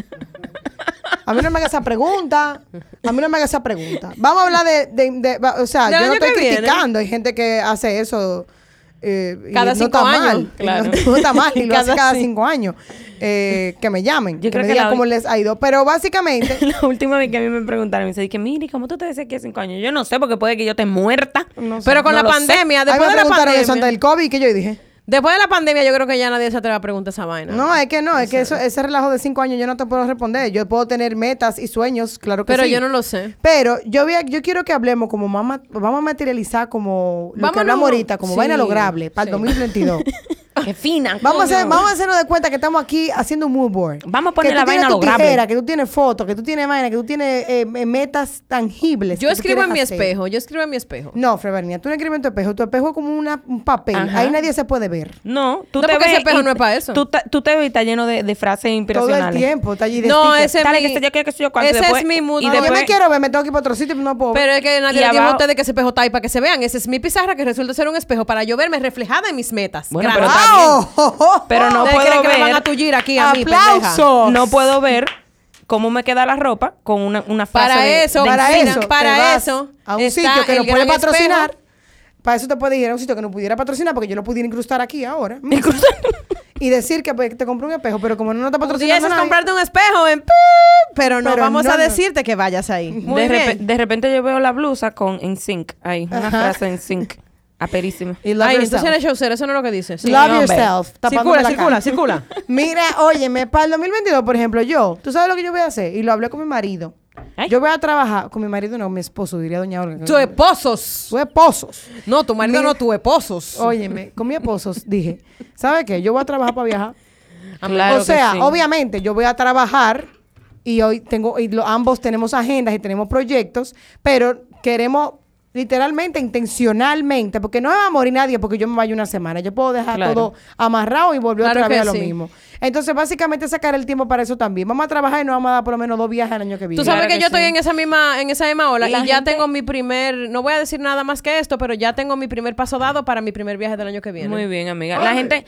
A mí no me hagas esa pregunta. A mí no me hagas esa pregunta. Vamos a hablar de... de- de- va- o sea, Del yo año no estoy que viene. criticando. Hay gente que hace eso... eh, y Cada no cinco está años, Mal. claro. No, está mal. Y lo hace Cada cada cinco. cinco años. Eh, que me llamen. Yo que creo me que digan la- cómo les ha ido. Pero básicamente... La última vez que a mí me preguntaron, me dice, dije, mire, ¿cómo tú te ves aquí a cinco años? Yo no sé, porque puede que yo esté muerta. no sé. Pero con No la lo sé. pandemia, Ahí después de me la preguntaron pandemia. eso antes del COVID que yo dije... Después de la pandemia, yo creo que ya nadie se atreve a preguntar esa vaina. No, es que no, es que eso, ese relajo de cinco años yo no te puedo responder. Yo puedo tener metas y sueños, claro que Pero sí. yo no lo sé. Pero yo, voy a- yo quiero que hablemos como más ma- vamos a materializar como lo Vámonos. que hablamos ahorita, como Sí, vaina lograble para sí. el 2022. Qué fina. vamos, a coño. hacer, vamos a hacernos de cuenta que estamos aquí haciendo un mood board. Vamos a poner que la tú tienes vaina tu lograble. Tijera, que tú tienes fotos, que tú tienes vaina, que tú tienes eh, eh, metas tangibles. Yo que tú escribo en mi quieres hacer. espejo, yo escribo en mi espejo. No, Frevernia, tú no escribes en tu espejo. Tu espejo es como una- un papel. Ajá. Ahí nadie se puede ver. No, tú No, te porque ves ese espejo y- no es para eso. Tú, ta- tú te ves y está lleno de, de frases Todo inspiracionales. el tiempo está allí de No, sticker. ese es Dale, mi... que sé yo qué, que sé yo cuánto, y Ese después- es mi mood. y No, board. yo después- me quiero ver, me tengo que ir para otro sitio, pero no puedo. ver. Pero es que Y nadie le dijo a abajo- ustedes que ese espejo está ahí para que se vean. Ese es mi pizarra que resulta ser un espejo para yo verme reflejada en mis metas. Bueno, Gracias. pero está Oh, ¡Ah! bien. ¡Wow! Pero no ¿Ustedes puedo creen que me ver- van a tullir aquí a mí, pendeja? ¡Aplausos! No puedo ver cómo me queda la ropa con una, una frase Para de- eso, de para encina. eso, para te vas eso a un está sitio que el no puede gran patrocinar. espejo. Para eso te puedes ir a un sitio que no pudiera patrocinar, porque yo lo pudiera incrustar aquí ahora. y decir que pues, te compré un espejo, pero como no te patrocina Pudieses nadie, comprarte un espejo en... Pero no Pero vamos no, a no. decirte que vayas ahí. Muy de, repe- bien. de repente yo veo la blusa con en sync ahí, una Ajá. frase en sync, aperísima. y love Ay, yourself. entonces eres showcera, eso no es lo que dices. Sí. Love no, hombre. yourself. tapándome Circula, la circula, cara. circula. Mira, óyeme, para el 2022, por ejemplo, yo, tú sabes lo que yo voy a hacer, y lo hablé con mi marido. Ay. Yo voy a trabajar con mi marido, no, mi esposo, diría doña Olga. Tu esposos. Su esposos. No, tu marido Mira. no, tu esposos. Óyeme, con mi esposo dije, ¿sabe qué? Yo voy a trabajar para viajar. Claro o sea, que sí. obviamente yo voy a trabajar y hoy tengo, y lo- ambos tenemos agendas y tenemos proyectos, pero queremos literalmente, intencionalmente, porque no me va a morir nadie porque yo me vaya una semana. Yo puedo dejar Claro. todo amarrado y volver Claro otra vez que a lo sí. mismo. Entonces, básicamente sacar el tiempo para eso también. Vamos a trabajar y nos vamos a dar por lo menos dos viajes el año que viene. Tú sabes Claro que, que yo sí. estoy en esa misma en esa misma ola y La ya gente- tengo mi primer, no voy a decir nada más que esto, pero ya tengo mi primer paso dado para mi primer viaje del año que viene. Muy bien, amiga. La gente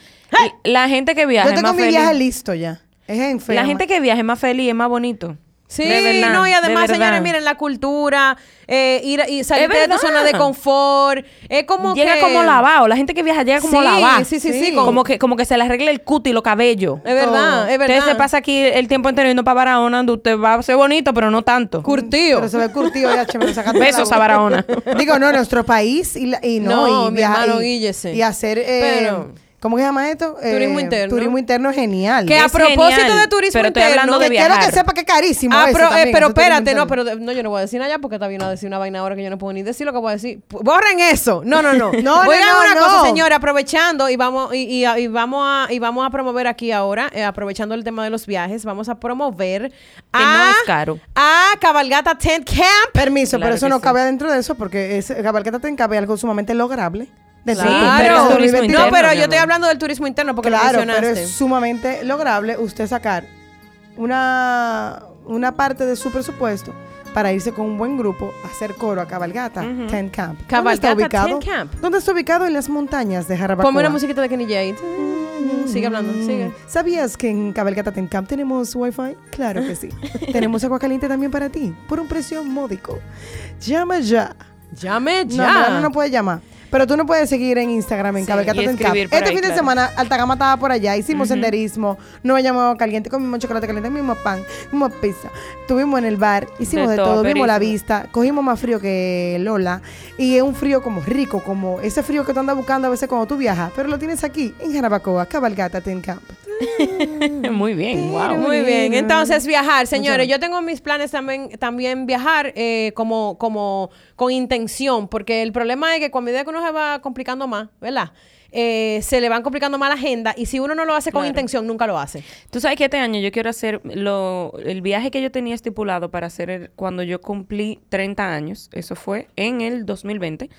la gente que viaja yo es tengo más mi feliz. viaje listo ya. Es en La febrero. gente que viaja es más feliz, es más bonito. Sí, De verdad, no, y de además, verdad. señores, miren, la cultura, eh, ir y salir Es de tu verdad. zona de confort, es como llega que... como lavado. La gente que viaja llega como Sí, lavado. sí, sí, sí, Sí. con- Como que, como que se le arregle el cuti y los cabellos. Es verdad, es verdad. Usted se pasa aquí el tiempo entero yendo para Barahona, donde usted va a ser bonito, pero no tanto. Curtido. Pero se ve curtido, ya, che, me lo sacaste de la Besos a boca. Barahona. Digo, no, nuestro país y, la- y no, No, y mi viajar hermano, y, Guille, y hacer, eh, Pero- ¿cómo que se llama esto? Eh, Turismo interno. Turismo interno es genial. Que a Es propósito genial, de turismo pero estoy interno, hablando Que de quiero que viajar. sepa que es carísimo. Ah, eso pero, eh, también, pero ese turismo espérate, no, interno. pero de- no, yo no voy a decir allá porque también voy a decir una vaina ahora que yo no puedo ni decir lo que voy a decir. P- Borren eso. No, no, no. No, Oigan no, no, una cosa, no. señora, aprovechando y vamos y, y- y vamos a y vamos a promover aquí ahora, eh, aprovechando el tema de los viajes, vamos a promover a no es caro. a Cabalgata Tent Camp. Permiso, Claro pero eso que no sí. cabe dentro de eso porque es, Cabalcata te encabe algo sumamente lograble. dentro Sí, del pero turismo interno es turismo 2022. No, interno, pero mi yo estoy amor. hablando del turismo interno porque Claro, lo pero mencionaste. es sumamente lograble usted sacar una, una parte de su presupuesto para irse con un buen grupo a hacer coro a Cabalgata, Tent Camp. ¿Dónde Cabalgata, está ubicado? Tent Camp. ¿Dónde está ubicado? En las montañas de Jarabacoa. Mm. Ponme una musiquita de Kenny Jade. Sigue hablando, sigue. ¿Sabías que en Cabalgata Tent Camp tenemos Wi-Fi? Claro que sí. tenemos agua caliente también para ti, por un precio módico. Llama ya. Llame No, ya. Melano no, puede llamar. Pero tú no puedes seguir en Instagram, en Sí, Cabalgata y Ten Camp. escribir Este por ahí, fin de claro. semana, Altagama estaba por allá, hicimos senderismo, no llamamos agua caliente, comimos chocolate caliente, comimos pan, comimos pizza. Estuvimos en el bar, hicimos De de, todo, todo, vimos la verísimo. vista, cogimos más frío que Lola. Y es un frío como rico, como ese frío que tú andas buscando a veces cuando tú viajas, pero lo tienes aquí, en Jarabacoa, Cabalgata Ten Camp. Muy bien, wow. Ah, Muy bien, entonces viajar, señores, yo tengo mis planes también, también viajar eh, como, como con intención, porque el problema es que cuando medida que uno se va complicando más, ¿verdad? Eh, se le van complicando más la agenda y si uno no lo hace con Claro. intención, nunca lo hace. Tú sabes que este año yo quiero hacer lo, el viaje que yo tenía estipulado para hacer el- cuando yo cumplí 30 años. Eso fue en el 2020.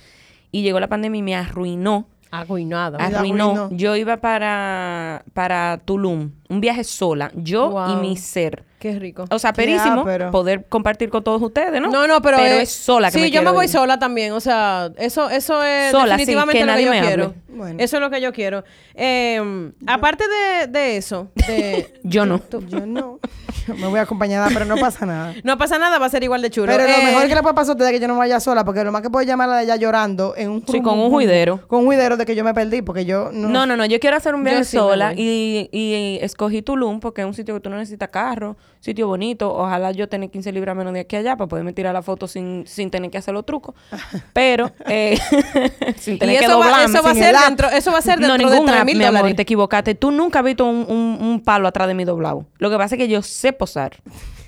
Y llegó la pandemia y me arruinó. Aguinado. Ah, Arruinó. arruinó. Yo iba para, para Tulum. Un viaje sola. Yo y Wow. mi ser. Qué rico. O sea, perísimo pero- poder compartir con todos ustedes, ¿no? no, no, pero, eh, es sola que Sí, me yo me quiero voy ir. sola también. O sea, eso, eso es Sola, sí, definitivamente que lo que nadie yo me hable. quiero. Bueno. Eso es lo que yo quiero. Eh, aparte de, de eso, de- Yo no. Yo no. Yo me voy acompañada, pero no pasa nada. no pasa nada, va a ser igual de chulo. Pero Eh, lo mejor que le puede pasar a usted es que yo no vaya sola, porque lo más que puedo llamarla de allá llorando en un Sí, con un juidero. Con un juidero de que yo me perdí, porque yo no. No, no, no. Yo quiero hacer un viaje sí me sola voy. y, y escogí Tulum porque es un sitio que tú no necesitas carro, sitio bonito. Ojalá yo tener 15 libras menos de aquí a allá para poderme tirar la foto sin, sin tener que hacer los trucos. Pero, eh, sin Y tener que eso va, doblarme. eso va a sin ser el app. dentro, eso va a ser No, dentro ningún de 3 app, mil mi amor, dólares. te equivocaste. Tú nunca has visto un, un- un palo atrás de mi doblado. Lo que pasa es que yo sé posar.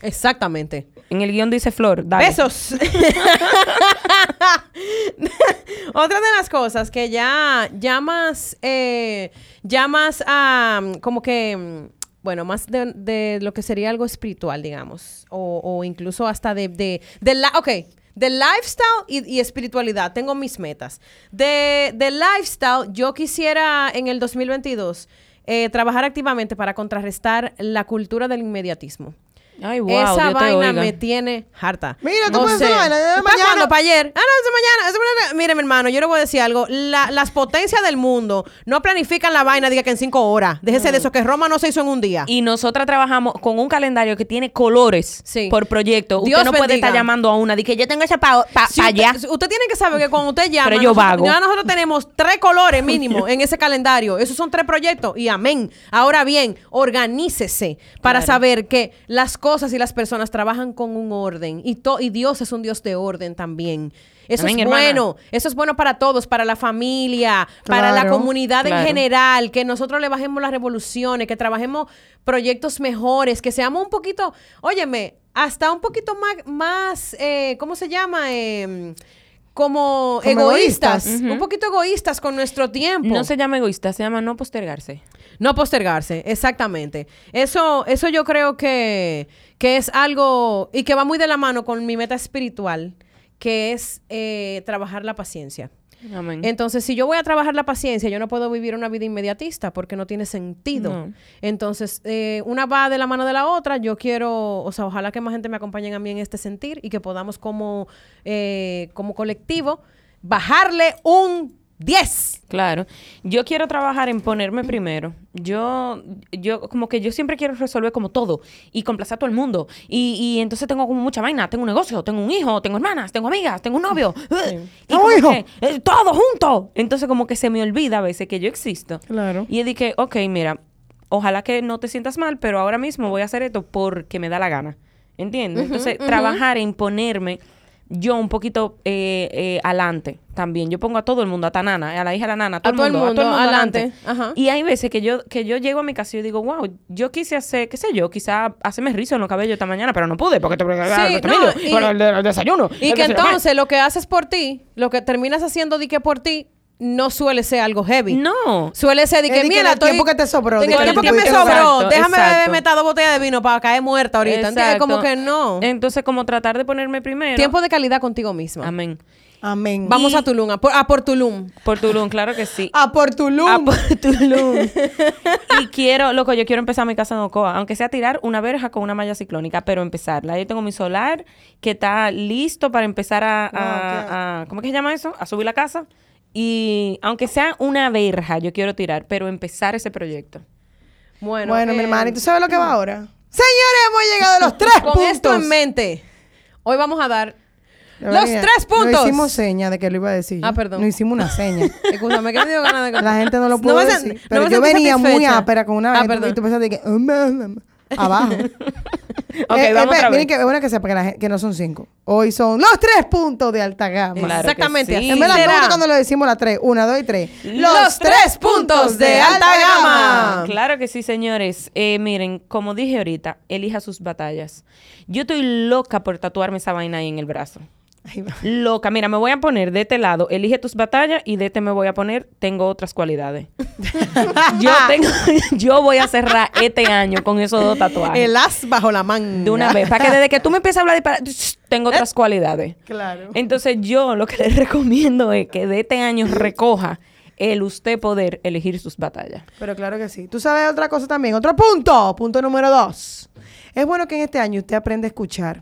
Exactamente. En el guión dice Flor, dale. Besos. Otra de las cosas que ya llamas, eh, llamas a mm, como que, mm, bueno, más de, de lo que sería algo espiritual, digamos, o, o incluso hasta de, de, de la, ok, de lifestyle y, y espiritualidad, tengo mis metas. De, de lifestyle, yo quisiera en el 2022 eh, trabajar activamente para contrarrestar la cultura del inmediatismo. Ay, wow, Esa Dios te vaina oiga. me tiene harta. Mira, tú puedes hacer vaina, ya ¿Para de mañana. cuándo? ¿Para ayer? Ah, no, es de mañana. es de mañana. Mire, mi hermano, yo le voy a decir algo. La- las potencias del mundo no planifican la vaina, diga que en cinco horas. Déjese de eso, que Roma no se hizo en un día. Y nosotras trabajamos con un calendario que tiene colores Sí. por proyecto. Usted Dios no puede bendiga. estar llamando a una de que yo tengo esa para Si usted- allá. si- Usted, tiene que saber que cuando usted llama, Pero yo nosotros, vago. ya nosotros tenemos tres colores mínimo en ese calendario. Esos son tres proyectos y amén. Ahora bien, organícese para Claro. saber que las cosas y las personas trabajan con un orden y, to- y Dios es un Dios de orden también. Eso Amén, es hermana. bueno, eso es bueno para todos, para la familia, para la Claro. comunidad en Claro. general, que nosotros le bajemos las revoluciones, que trabajemos proyectos mejores, que seamos un poquito, óyeme, hasta un poquito más, más eh, ¿cómo se llama? Em, como, Como egoístas, egoístas. un poquito egoístas con nuestro tiempo. No se llama egoísta, se llama no postergarse. No postergarse, exactamente. Eso, eso yo creo que, que es algo y que va muy de la mano con mi meta espiritual, que es eh, trabajar la paciencia. Amén. Entonces, si yo voy a trabajar la paciencia, yo no puedo vivir una vida inmediatista porque no tiene sentido. No. Entonces, eh, una va de la mano de la otra. Yo quiero, o sea, ojalá que más gente me acompañe a mí en este sentir y que podamos como, eh, como colectivo bajarle un 10. Claro. Yo quiero trabajar en ponerme primero. Yo, yo, como que yo siempre quiero resolver como todo y complacer a todo el mundo. Y, y entonces tengo como mucha vaina. Tengo un negocio, tengo un hijo, tengo hermanas, tengo amigas, tengo un novio. Y Tengo como hijo. que, eh, todo junto. Entonces como que se me olvida a veces que yo existo. Claro. Y dije, ok, mira, ojalá que no te sientas mal, pero ahora mismo voy a hacer esto porque me da la gana. ¿Entiendes? Entonces, trabajar en ponerme yo un poquito eh, eh, adelante también. Yo pongo a todo el mundo, a Tanana, a la hija de la nana, a todo, el, mundo, a todo el mundo adelante. adelante. Ajá. Y hay veces que yo, que yo llego a mi casa y digo, wow, yo quise hacer, qué sé yo, quizá hacerme rizo en los cabellos esta mañana, pero no pude porque te Sí, no, y- bueno, el, el desayuno. Y el que desayuno". entonces lo que haces por ti, lo que terminas haciendo de que por ti, no suele ser algo heavy. No. Suele ser de Es que, de que mira, en el estoy- tiempo que te sobró, En de el que tiempo tú que me pudiste- sobró. Exacto, déjame exacto. beberme estas dos botellas de vino para caer muerta ahorita. ¿Entiendes? Como Exacto. que no. Em, Entonces, como tratar de ponerme primero. tiempo de calidad contigo misma. Amén. Amén. Vamos Y- a Tulum, a por, a por Tulum. Por Tulum, claro que sí. A por Tulum. A por Tulum. y quiero, loco, yo quiero empezar mi casa en Ocoa, aunque sea tirar una verja con una malla ciclónica, pero empezarla. Yo tengo mi solar que está listo para empezar a, a- Wow, qué- a- ¿cómo que se llama eso? A subir la casa. Y aunque sea una verja, yo quiero tirar, pero empezar ese proyecto. Bueno, Bueno, mi eh, hermana, ¿y tú sabes lo que va ahora? Señores, hemos llegado a los tres Con puntos. esto en mente, hoy vamos a dar La los verdad, tres puntos. No hicimos seña de que lo iba a decir. yo. Ah, perdón. No hicimos una seña. Escúchame, que me dio ganas de La gente no lo pudo me sen- decir. no Pero me yo sentí venía muy satisfecha. ápera con una Ah, vaina, y tú perdón. pensaste que... um, um, um, abajo. Ok, Eh, vamos eh, otra vez. Miren que es bueno que sepa que, la gen- que no son cinco. Hoy son los tres puntos de alta gama. Claro que Exactamente. sí. así En vez de la será. pregunta cuando lo decimos la tres. Una, dos y tres. Los tres puntos de alta gama. Claro que sí, señores. Eh, miren, como dije ahorita, elija sus batallas. Yo estoy loca por tatuarme esa vaina ahí en el brazo. Ahí va. Loca, mira, me voy a poner de este lado, elige tus batallas y de este me voy a poner, tengo otras cualidades. yo tengo, yo voy a cerrar este año con esos dos tatuajes. El as bajo la manga. de una vez, para que desde que tú me empieces a hablar de para- tengo Eh. otras cualidades. Claro. Entonces yo lo que les recomiendo es que de este año recoja el usted poder elegir sus batallas. Pero claro que sí. Tú sabes otra cosa también. Otro punto. Punto número dos. Es bueno que en este año usted aprenda a escuchar.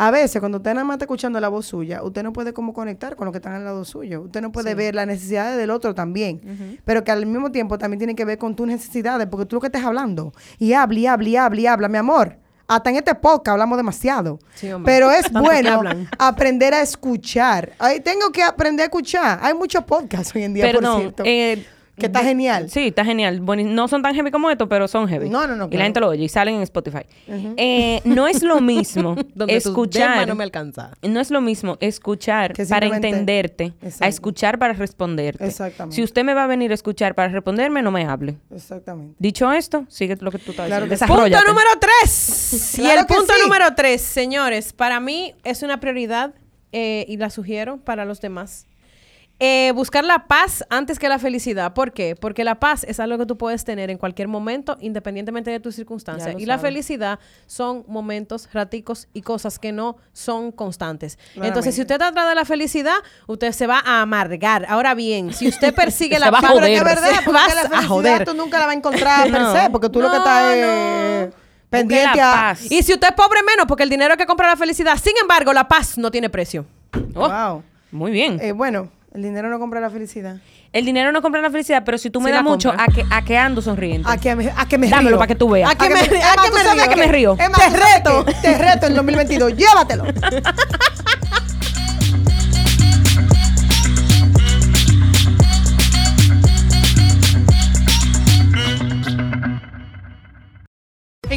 A veces, cuando usted nada más está escuchando la voz suya, usted no puede como conectar con lo que están al lado suyo. Usted no puede ver las necesidades del otro también. Pero que al mismo tiempo también tiene que ver con tus necesidades, porque tú lo que estás hablando. Y habla, y habla, y habla, y habla, mi amor. Hasta en este podcast hablamos demasiado. Sí, hombre. Pero es Tanto que bueno hablan. aprender a escuchar. Ay, tengo que aprender a escuchar. Hay muchos podcasts hoy en día, por Perdón, cierto. eh, que está genial. Sí, está genial. Boni- no son tan heavy como estos, pero son heavy. No, no, no, Y claro. la gente lo oye y salen en Spotify. Eh, no es lo mismo Donde tu escuchar. demba no me alcanza. No es lo mismo escuchar Que para simplemente- entenderte, Exacto. a escuchar para responderte. Exactamente. Si usted me va a venir a escuchar para responderme, no me hable. Exactamente. Dicho esto, sigue lo que tú estás Claro diciendo. que sí. Desarróllate. Punto número tres. y Claro el que punto sí. número tres, señores, para mí es una prioridad eh, y la sugiero para los demás. Eh, buscar la paz antes que la felicidad. ¿Por qué? Porque la paz es algo que tú puedes tener en cualquier momento, independientemente de tus circunstancias. Ya lo Y la saben. felicidad son momentos, raticos y cosas que no son constantes. Claramente. Entonces, si usted está atrás de la felicidad, usted se va a amargar. Ahora bien, si usted persigue Se la va a paz, pero que es joder. verdad, Se porque vas la felicidad a joder. tú nunca la vas a encontrar per No. se, porque tú lo No, que estás es no. pendiente Busca la a... paz. Y si usted es pobre, menos, porque el dinero que compra la felicidad. Sin embargo, la paz no tiene precio. Oh, Wow. Muy bien. Eh, bueno, el dinero no compra la felicidad. El dinero no compra la felicidad, pero si tú me Sí das la mucho, compra. a que, a que ando sonriente. ¿A que me, a que me Dámelo río? para que tú veas. ¿A que me, ¿A Emma, qué tú me sabes río? que ¿A qué me río? Emma, te reto. Te reto en 2022. Llévatelo. Hey